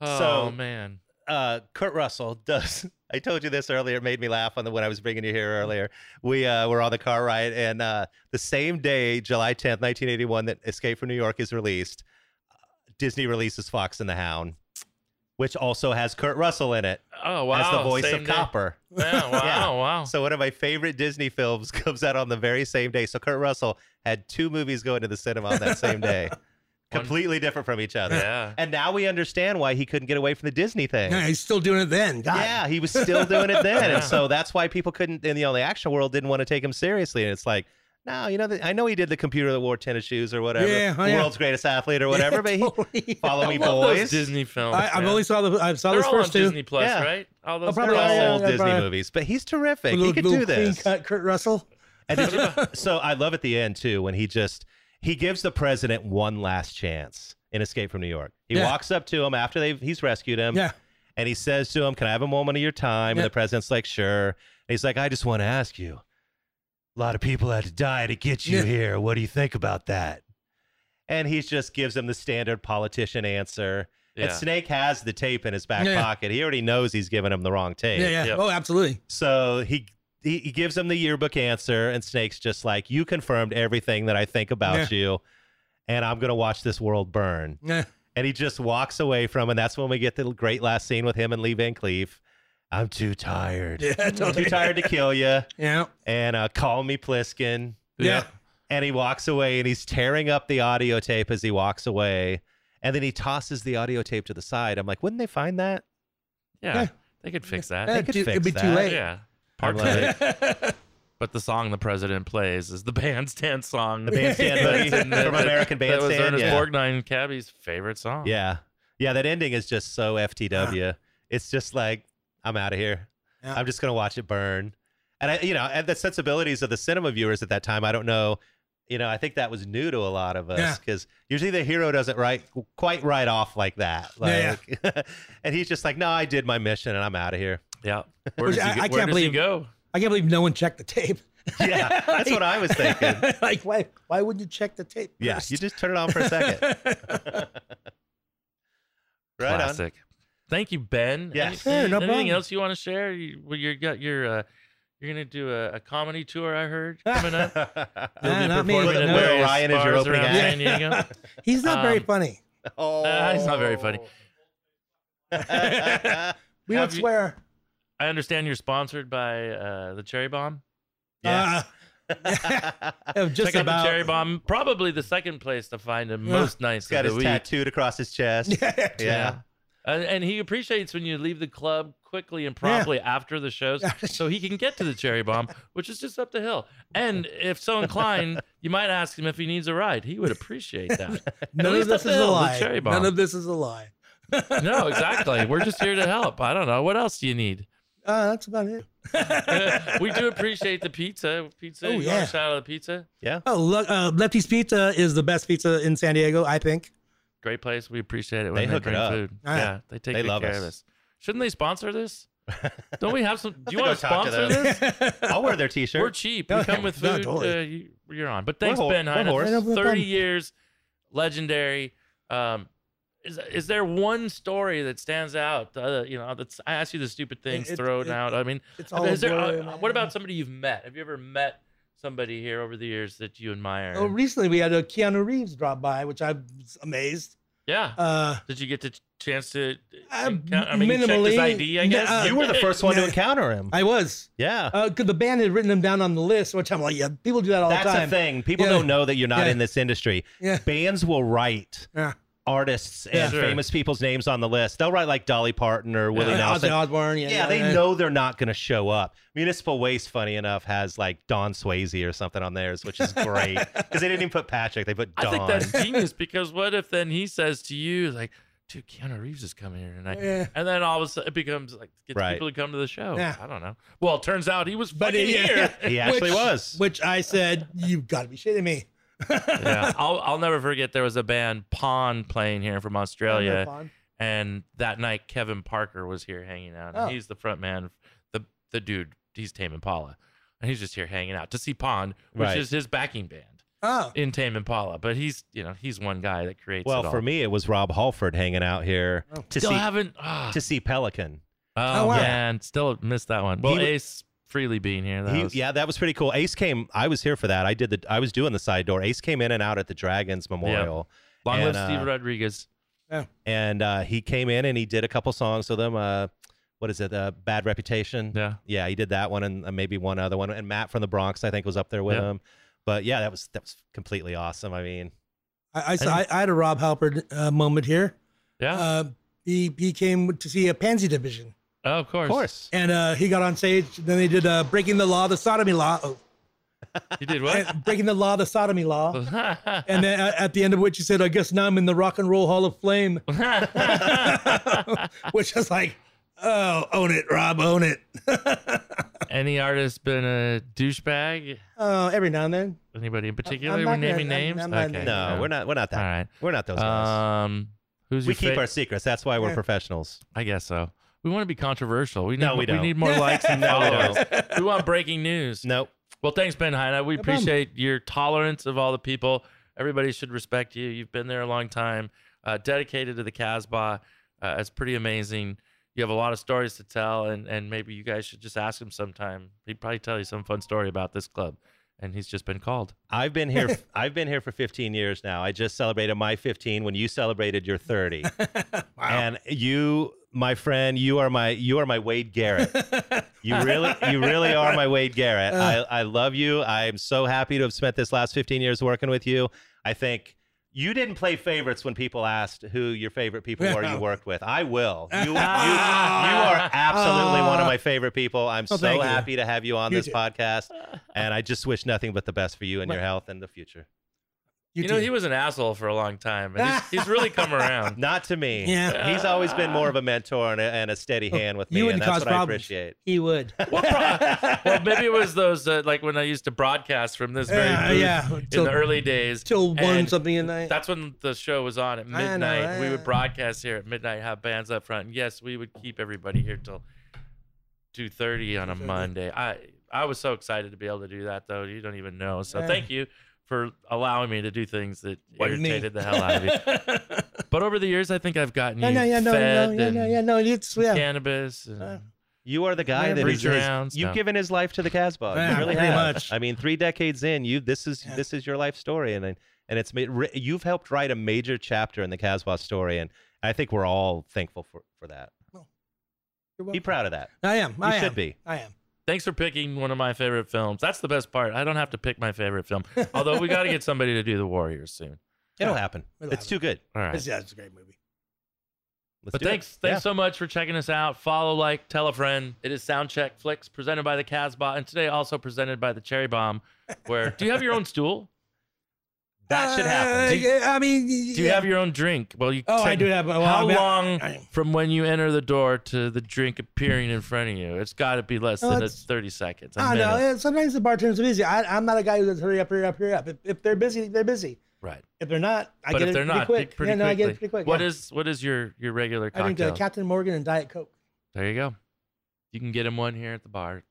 Speaker 1: Oh,
Speaker 2: So-
Speaker 1: man.
Speaker 2: uh, Kurt Russell does. I told you this earlier. It made me laugh on the when I was bringing you
Speaker 1: Mm-hmm.
Speaker 2: here earlier. We uh, were on the car ride, and uh, the same day, July tenth, nineteen eighty one, that Escape from New York is released, uh, Disney releases Fox and the Hound, which also has Kurt Russell in it
Speaker 1: Oh wow.
Speaker 2: as the voice
Speaker 1: Same
Speaker 2: of
Speaker 1: day. Oh.
Speaker 2: Copper.
Speaker 1: Yeah, wow.
Speaker 2: Yeah.
Speaker 1: Wow.
Speaker 2: So one of my favorite Disney films comes out on the very same day. So Kurt Russell had two movies go into the cinema on that same day, completely different from each other.
Speaker 1: yeah.
Speaker 2: And now we understand why he couldn't get away from the Disney thing.
Speaker 3: yeah, he's still doing it then. God.
Speaker 2: Yeah, he was still doing it then,
Speaker 1: Yeah.
Speaker 2: and so that's why people couldn't in the only action world didn't want to take him seriously. And it's like, no, you know, th- I know he did the computer that wore tennis shoes or whatever,
Speaker 3: Yeah, oh, yeah.
Speaker 2: world's greatest athlete or whatever, but he
Speaker 3: Totally.
Speaker 2: follow me
Speaker 1: I love those
Speaker 2: boys.
Speaker 1: Disney films.
Speaker 3: I, I've
Speaker 1: man. Oh,
Speaker 3: only saw the I saw
Speaker 1: They're
Speaker 3: those
Speaker 1: all on
Speaker 3: first two.
Speaker 1: Disney Plus,
Speaker 2: Yeah.
Speaker 1: right? All those.
Speaker 2: They're
Speaker 3: probably-
Speaker 2: all
Speaker 1: films.
Speaker 3: yeah,
Speaker 2: old
Speaker 3: yeah,
Speaker 2: Disney
Speaker 3: probably.
Speaker 2: movies, but he's terrific.
Speaker 3: Little,
Speaker 2: he could
Speaker 3: little
Speaker 2: do
Speaker 3: clean
Speaker 2: this.
Speaker 3: cut Kurt Russell.
Speaker 2: And did you- so I love at the end too when he just he gives the president one last chance in Escape from New York. He
Speaker 3: Yeah.
Speaker 2: walks up to him after they've he's rescued him.
Speaker 3: Yeah.
Speaker 2: And he says to him, Can I have a moment of your time?
Speaker 3: Yeah.
Speaker 2: And the president's like, Sure. And he's like, I just want to ask you. A lot of people had to die to get you
Speaker 3: Yeah.
Speaker 2: here. What do you think about that? And he just gives him the standard politician answer. And
Speaker 1: Yeah.
Speaker 2: Snake has the tape in his back
Speaker 3: Yeah, yeah.
Speaker 2: pocket. He already knows he's giving him the wrong tape.
Speaker 3: Yeah, yeah.
Speaker 1: Yep.
Speaker 3: Oh, absolutely.
Speaker 2: So he, he he gives him the yearbook answer, and Snake's just like, "You confirmed everything that I think about you, and I'm gonna watch this world burn."
Speaker 3: Yeah.
Speaker 2: And he just walks away from, and that's when we get the great last scene with him and Lee Van Cleef. I'm too tired.
Speaker 3: Yeah,
Speaker 2: Too
Speaker 3: totally.
Speaker 2: tired to kill you,
Speaker 3: Yeah.
Speaker 2: and uh, call me Pliskin.
Speaker 3: Yeah.
Speaker 2: And he walks away, and he's tearing up the audio tape as he walks away, and then he tosses the audio tape to the side. I'm like, wouldn't they find that?
Speaker 1: Yeah.
Speaker 3: Yeah.
Speaker 1: They could fix that.
Speaker 2: They
Speaker 3: Yeah,
Speaker 2: could
Speaker 3: too-
Speaker 2: fix
Speaker 3: it'd be too
Speaker 2: that.
Speaker 3: late.
Speaker 1: Yeah. Part
Speaker 2: love
Speaker 1: two.
Speaker 2: it.
Speaker 1: But the song the president plays is the bandstand song.
Speaker 2: The bandstand buddy
Speaker 1: That's in
Speaker 2: from
Speaker 1: the-
Speaker 2: American
Speaker 1: That was
Speaker 2: Bandstand.
Speaker 1: Ernest
Speaker 2: yeah.
Speaker 1: Borgnine Cabby's favorite song.
Speaker 2: Yeah. Yeah, that ending is just so FTW. It's just like, I'm out of here.
Speaker 3: Yeah.
Speaker 2: I'm just going to watch it burn. And I, you know, and the sensibilities of the cinema viewers at that time, I don't know. You know, I think that was new to a lot of
Speaker 3: Yeah.
Speaker 2: us because usually the hero doesn't write quite right off like that.
Speaker 3: Yeah,
Speaker 2: Like, and he's just like, no, I did my mission and I'm out of here.
Speaker 1: Yeah. Where
Speaker 3: Which
Speaker 1: does he,
Speaker 3: I-
Speaker 1: go-
Speaker 3: I
Speaker 1: where
Speaker 3: can't
Speaker 1: does he
Speaker 3: believe-
Speaker 1: go?
Speaker 3: I can't believe no one checked the tape.
Speaker 2: Yeah, that's what I was thinking.
Speaker 3: like, why? Why wouldn't you check the tape?
Speaker 2: Yeah,
Speaker 3: first?
Speaker 2: you just turn it on for a second. right on.
Speaker 1: Classic. Thank you, Ben.
Speaker 2: Yes.
Speaker 1: Any-
Speaker 3: Yeah, no
Speaker 1: anything
Speaker 3: problem.
Speaker 1: else you want to share? You, well, you got your. Uh, you're gonna do a, a comedy tour. I heard coming up. You'll
Speaker 3: Nah,
Speaker 1: be
Speaker 3: not me.
Speaker 1: performing at
Speaker 2: Where
Speaker 1: various
Speaker 2: Ryan is your
Speaker 1: bars
Speaker 2: opening
Speaker 1: around
Speaker 2: act.
Speaker 1: San Diego.
Speaker 3: He's not very
Speaker 1: Um,
Speaker 3: funny.
Speaker 2: oh,
Speaker 1: Nah, it's not very funny.
Speaker 3: We
Speaker 1: have
Speaker 3: don't
Speaker 1: you-
Speaker 3: swear.
Speaker 1: I understand you're sponsored by uh, the Cherry Bomb.
Speaker 2: Yes.
Speaker 3: Uh, just
Speaker 1: Check out
Speaker 3: about.
Speaker 1: the Cherry Bomb. Probably the second place to find him
Speaker 3: Yeah.
Speaker 1: most nights
Speaker 2: He's got
Speaker 1: of
Speaker 2: his
Speaker 1: the week.
Speaker 2: tattooed across his chest.
Speaker 3: Yeah.
Speaker 2: Yeah.
Speaker 1: And, and he appreciates when you leave the club quickly and promptly after the shows so he can get to the cherry bomb, which is just up the hill. And if so inclined, you might ask him if he needs a ride. He would appreciate that.
Speaker 3: None
Speaker 1: least
Speaker 3: of this
Speaker 1: the
Speaker 3: is a
Speaker 1: Bill, the
Speaker 3: lie.
Speaker 1: cherry bomb.
Speaker 3: None of this is a lie.
Speaker 1: No, exactly. We're just here to help. I don't know. What else do you need?
Speaker 3: Uh, that's about it.
Speaker 1: we do appreciate the pizza. Pizza.
Speaker 3: Oh,
Speaker 1: you want
Speaker 3: yeah.
Speaker 1: a shout out of the pizza?
Speaker 3: Oh, look, uh, Lefty's Pizza is the best pizza in San Diego, I think.
Speaker 1: Great place. We appreciate it. When
Speaker 2: They
Speaker 1: they,
Speaker 2: hook it
Speaker 1: bring
Speaker 2: up.
Speaker 1: food.
Speaker 3: Yeah.
Speaker 1: Yeah, they take
Speaker 2: They
Speaker 1: good
Speaker 2: love
Speaker 1: care of
Speaker 2: us.
Speaker 1: us. Shouldn't they sponsor this? Don't we have some? Do you
Speaker 2: think
Speaker 1: want to
Speaker 2: I'll talk to
Speaker 1: sponsor
Speaker 2: them.
Speaker 1: this?
Speaker 2: I'll wear their
Speaker 1: We're
Speaker 2: t-shirt.
Speaker 1: cheap.
Speaker 3: No,
Speaker 1: We come with food.
Speaker 3: no, totally.
Speaker 1: uh, you, you're on. But thanks,
Speaker 2: hor-
Speaker 1: Ben
Speaker 2: we're
Speaker 1: Heine.
Speaker 2: horse.
Speaker 3: No problem.
Speaker 1: 30 years, legendary. Um, is, is there one story that stands out? Uh, you know, that's I asked you the stupid things
Speaker 3: it-
Speaker 1: thrown
Speaker 3: it-
Speaker 1: out. I mean,
Speaker 3: it's all
Speaker 1: is there?
Speaker 3: blurry,
Speaker 1: uh,
Speaker 3: man.
Speaker 1: what about somebody you've met? Have you ever met somebody here over the years that you admire?
Speaker 3: Oh, recently we had a Keanu Reeves drop by, which I was amazed.
Speaker 1: Yeah.
Speaker 3: Uh,
Speaker 1: Did you get the ch- chance to?
Speaker 3: Uh,
Speaker 1: encounter- I mean, you checked his
Speaker 3: minimally. Uh,
Speaker 1: ID, I guess.
Speaker 3: No,
Speaker 2: You were the first one to
Speaker 3: Yeah.
Speaker 2: encounter him.
Speaker 3: I was
Speaker 2: Yeah.
Speaker 3: because Uh, the band had written them down on the list, which I'm like, yeah, people do that all
Speaker 2: That's
Speaker 3: the time.
Speaker 2: a thing. People
Speaker 3: Yeah.
Speaker 2: don't know that you're not
Speaker 3: Yeah.
Speaker 2: in this industry.
Speaker 3: Yeah,
Speaker 2: Bands will write
Speaker 3: yeah.
Speaker 2: artists
Speaker 1: Yeah.
Speaker 2: and
Speaker 1: Sure.
Speaker 2: famous people's names on the list. They'll write like Dolly Parton or Willie
Speaker 1: Yeah.
Speaker 2: Nelson.
Speaker 3: Ozzy Osbourne. Yeah,
Speaker 2: Yeah, they know they're not going to show up. Municipal Waste, funny enough, has like Don Swayze or something on theirs, which is great because they didn't even put Patrick; they put Don.
Speaker 1: I think that's genius because what if then he says to you like, "Dude, Keanu Reeves is coming here tonight,"
Speaker 3: Yeah.
Speaker 1: and then all of a sudden it becomes like gets
Speaker 2: Right.
Speaker 1: people to come to the show.
Speaker 3: Yeah.
Speaker 1: I don't know. Well, it turns out he was
Speaker 3: But
Speaker 1: fucking
Speaker 3: yeah.
Speaker 1: here.
Speaker 2: he actually
Speaker 3: Which-
Speaker 2: was.
Speaker 3: Which I said, you've got to be shitting me.
Speaker 1: yeah, I'll I'll never forget there was a band Pawn playing here from Australia, and that night Kevin Parker was here hanging out. And
Speaker 3: Oh.
Speaker 1: He's the front man, the the dude. He's Tame Impala, and he's just here hanging out to see Pawn, which
Speaker 2: Right.
Speaker 1: is his backing band
Speaker 3: Oh,
Speaker 1: in Tame Impala. But he's you know he's one guy that creates.
Speaker 2: Well,
Speaker 1: it all.
Speaker 2: for me, it was Rob Halford hanging out here
Speaker 3: Oh.
Speaker 2: to
Speaker 1: still
Speaker 2: see
Speaker 1: haven't. ah.
Speaker 2: to see Pelican.
Speaker 1: Oh,
Speaker 3: wow.
Speaker 1: man, still missed that one. Well,
Speaker 2: He w-
Speaker 1: Ace Freely being here, that
Speaker 2: He-
Speaker 1: was,
Speaker 2: yeah, that was pretty cool. Ace came. I was here for that. I did the. I was doing the side door. Ace came in and out at the Dragons Memorial,
Speaker 1: long live
Speaker 2: and, uh,
Speaker 1: Steve Rodriguez.
Speaker 2: and uh, he came in and he did a couple songs with them. Uh, what is it? Uh, Bad Reputation.
Speaker 1: Yeah,
Speaker 2: Yeah, he did that one and uh, maybe one other one. And Matt from the Bronx, I think, was up there with
Speaker 1: Yeah.
Speaker 2: him. But yeah, that was that was completely awesome. I mean,
Speaker 3: I, I saw. I, I had a Rob Halpert uh, moment here.
Speaker 1: yeah.
Speaker 3: Uh, he he came to see a Pansy Division,
Speaker 1: oh, of course,
Speaker 2: of course.
Speaker 3: and uh, he got on stage. Then they did uh, "Breaking the Law," the sodomy law, oh,
Speaker 1: You did what?
Speaker 3: and "Breaking the Law," the sodomy law.
Speaker 1: yeah,
Speaker 3: And then uh, at at the end of which he said, "I guess now I'm in the Rock and Roll Hall of Flame," which is like, "Oh, own it, Rob, own it."
Speaker 1: Any artist been a douchebag?
Speaker 3: Oh, every now and then.
Speaker 1: Anybody in particular?
Speaker 3: I'm
Speaker 1: We're
Speaker 3: not gonna-
Speaker 1: naming
Speaker 3: I'm-
Speaker 1: names.
Speaker 3: I'm not
Speaker 1: okay.
Speaker 3: naming
Speaker 2: No, we're not. We're not that.
Speaker 1: All right.
Speaker 2: We're not those guys.
Speaker 1: Um, who's
Speaker 2: we
Speaker 1: your
Speaker 2: keep
Speaker 1: fa-
Speaker 2: our secrets. That's why we're
Speaker 3: Yeah.
Speaker 2: professionals.
Speaker 1: I guess so. We want to be controversial. We need,
Speaker 2: No, we don't.
Speaker 1: need more likes and
Speaker 2: No, we
Speaker 1: followers. we want breaking news.
Speaker 2: Nope.
Speaker 1: Well, thanks, Ben Heine. We
Speaker 3: No problem.
Speaker 1: appreciate your tolerance of all the people. Everybody should respect you. You've been there a long time, uh, dedicated to the Casbah. Uh, it's pretty amazing. You have a lot of stories to tell, and, and maybe you guys should just ask him sometime. He'd probably tell you some fun story about this club, and he's just been called.
Speaker 2: I've been here. I've been here for 15 years now. I just celebrated my 15 when you celebrated your 30. And you, my friend, you are my you are my Wade Garrett. You really, you really are my Wade Garrett.
Speaker 3: Uh.
Speaker 2: I, I love you. I'm so happy to have spent this last 15 years working with you. I think you didn't play favorites when people asked who your favorite people were you
Speaker 3: No.
Speaker 2: worked with. I will. You, you, you are
Speaker 1: Ah.
Speaker 2: absolutely one of
Speaker 3: Ah.
Speaker 2: my favorite people. I'm
Speaker 3: Oh,
Speaker 2: so
Speaker 3: thank you.
Speaker 2: happy to have you on
Speaker 3: You
Speaker 2: this
Speaker 3: too.
Speaker 2: podcast, and I just wish nothing but the best for you and your
Speaker 3: Right.
Speaker 2: health and the future.
Speaker 1: You, know, he was an asshole for a long time, and he's, he's really come around.
Speaker 2: Not to me.
Speaker 3: Yeah. Oh,
Speaker 2: He's always been more of a mentor and a, and a steady hand with me,
Speaker 3: you
Speaker 2: and
Speaker 3: wouldn't
Speaker 2: that's
Speaker 3: cause
Speaker 2: what I
Speaker 3: problems.
Speaker 2: appreciate.
Speaker 3: He would.
Speaker 1: Well, pro- well, maybe it was those, uh, like when I used to broadcast from this very
Speaker 3: Yeah,
Speaker 1: booth
Speaker 3: yeah,
Speaker 1: in
Speaker 3: till-
Speaker 1: the early days.
Speaker 3: till one
Speaker 1: and
Speaker 3: something in the night.
Speaker 1: That's when the show was on at
Speaker 3: know,
Speaker 1: midnight. we would
Speaker 3: yeah.
Speaker 1: broadcast here at midnight, have bands up front. And yes, we would keep everybody here till two thirty on a
Speaker 3: 2:30.
Speaker 1: Monday. I I was so excited to be able to do that though. You don't even know. So
Speaker 3: Yeah.
Speaker 1: thank you for allowing me to do things that
Speaker 3: Wasn't me.
Speaker 1: irritated the hell out of you. But over the years, I think I've gotten
Speaker 3: no,
Speaker 1: you
Speaker 3: no, yeah, no,
Speaker 1: fed
Speaker 3: no, yeah, no,
Speaker 1: and
Speaker 3: yeah, no. It's yeah.
Speaker 1: cannabis. And,
Speaker 3: Uh,
Speaker 2: You are the guy
Speaker 3: Yeah,
Speaker 2: that
Speaker 1: Breach
Speaker 2: is. is-
Speaker 1: rounds,
Speaker 2: you've
Speaker 1: no.
Speaker 2: given his life to the Casbah.
Speaker 3: Yeah,
Speaker 2: you really
Speaker 3: pretty
Speaker 2: have.
Speaker 3: much.
Speaker 2: I mean, three decades in, you this is
Speaker 3: Yeah.
Speaker 2: this is your life story, and and it's ma- ri- you've helped write a major chapter in the Casbah story, and I think we're all thankful for for that.
Speaker 3: You're
Speaker 2: Be
Speaker 3: welcome.
Speaker 2: proud of that.
Speaker 3: I am. I
Speaker 2: you
Speaker 3: am.
Speaker 2: should be.
Speaker 3: I am.
Speaker 1: Thanks for picking one of my favorite films. That's the best part. I don't have to pick my favorite film. Although we got to get somebody to do The Warriors soon.
Speaker 2: It'll
Speaker 3: Yeah.
Speaker 2: happen.
Speaker 3: It'll
Speaker 2: it's
Speaker 3: happen.
Speaker 2: too good.
Speaker 1: All right.
Speaker 3: It's, yeah, it's a great movie.
Speaker 2: Let's
Speaker 1: But
Speaker 2: do it.
Speaker 1: thanks,
Speaker 2: Yeah.
Speaker 1: thanks so much for checking us out. Follow, like, tell a friend. It is Soundcheck Flicks, presented by the Casbah, and today also presented by the Cherry Bomb. Where do you have your own stool?
Speaker 2: That should
Speaker 3: Uh,
Speaker 2: happen. Do you-
Speaker 3: yeah, I mean,
Speaker 1: Do you have your own drink? Well, you.
Speaker 3: Oh, I
Speaker 1: techn-
Speaker 3: do have- well,
Speaker 1: how
Speaker 3: I mean,
Speaker 1: long
Speaker 3: I-
Speaker 1: from when you enter the door to the drink appearing in front of you? It's got to be less
Speaker 3: Oh,
Speaker 1: than a
Speaker 3: it's-
Speaker 1: thirty seconds. a
Speaker 3: I know.
Speaker 1: minute.
Speaker 3: yeah, Sometimes the bartenders are busy. I, I'm not a guy who's hurry up, hurry up, hurry up. If, if they're busy, they're busy.
Speaker 1: right?
Speaker 3: If they're not, I
Speaker 1: but if
Speaker 3: get it
Speaker 1: they're
Speaker 3: pretty
Speaker 1: not,
Speaker 3: quick.
Speaker 1: pretty
Speaker 3: yeah, no, I get
Speaker 1: quickly.
Speaker 3: it pretty quick.
Speaker 1: What
Speaker 3: yeah.
Speaker 1: is what is your your regular
Speaker 3: I drink
Speaker 1: cocktail?
Speaker 3: uh, Captain Morgan and Diet Coke.
Speaker 1: there you go. You can get him one here at the bar.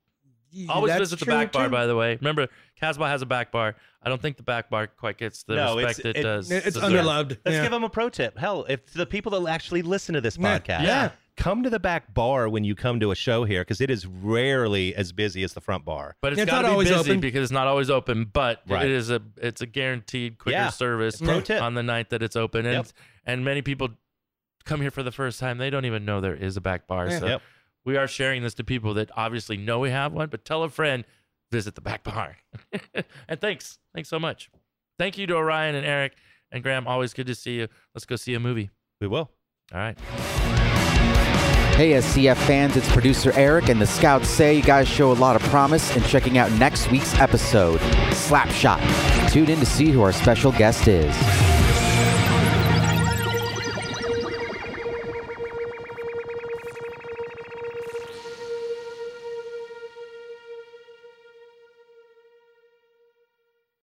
Speaker 3: Yeah,
Speaker 1: Always
Speaker 3: that's
Speaker 1: visit the
Speaker 3: true,
Speaker 1: back bar,
Speaker 3: too.
Speaker 1: by the way. Remember, Casbah has a back bar. I don't think the back bar quite gets the
Speaker 2: No, it's-
Speaker 1: respect it,
Speaker 2: it-
Speaker 1: does.
Speaker 3: It's
Speaker 1: deserve.
Speaker 3: underloved.
Speaker 2: Let's
Speaker 3: yeah.
Speaker 2: give them a pro tip. Hell, if the people that actually listen to this
Speaker 3: Yeah.
Speaker 2: podcast,
Speaker 1: Yeah.
Speaker 2: come to the back bar when you come to a show here because it is rarely as busy as the front bar.
Speaker 1: But it's
Speaker 3: It's
Speaker 1: got
Speaker 3: not
Speaker 1: to be
Speaker 3: always
Speaker 1: busy
Speaker 3: open.
Speaker 1: because it's not always open. But
Speaker 2: Right.
Speaker 1: it is a it's a guaranteed quicker
Speaker 2: Yeah.
Speaker 1: service
Speaker 2: Pro tip.
Speaker 1: on the night that it's open, and
Speaker 2: Yep.
Speaker 1: it's- and many people come here for the first time. They don't even know there is a back bar.
Speaker 3: Yeah.
Speaker 1: So
Speaker 2: Yep.
Speaker 1: we are sharing this to people that obviously know we have one, but tell a friend, visit the back bar. and thanks. Thanks so much. Thank you to Orion and Eric and Graham. Always good to see you. Let's go see a movie.
Speaker 2: We will.
Speaker 1: All right.
Speaker 4: Hey, SCF fans, it's producer Eric, and the scouts say you guys show a lot of promise in checking out next week's episode, Slapshot. Tune in to see who our special guest is.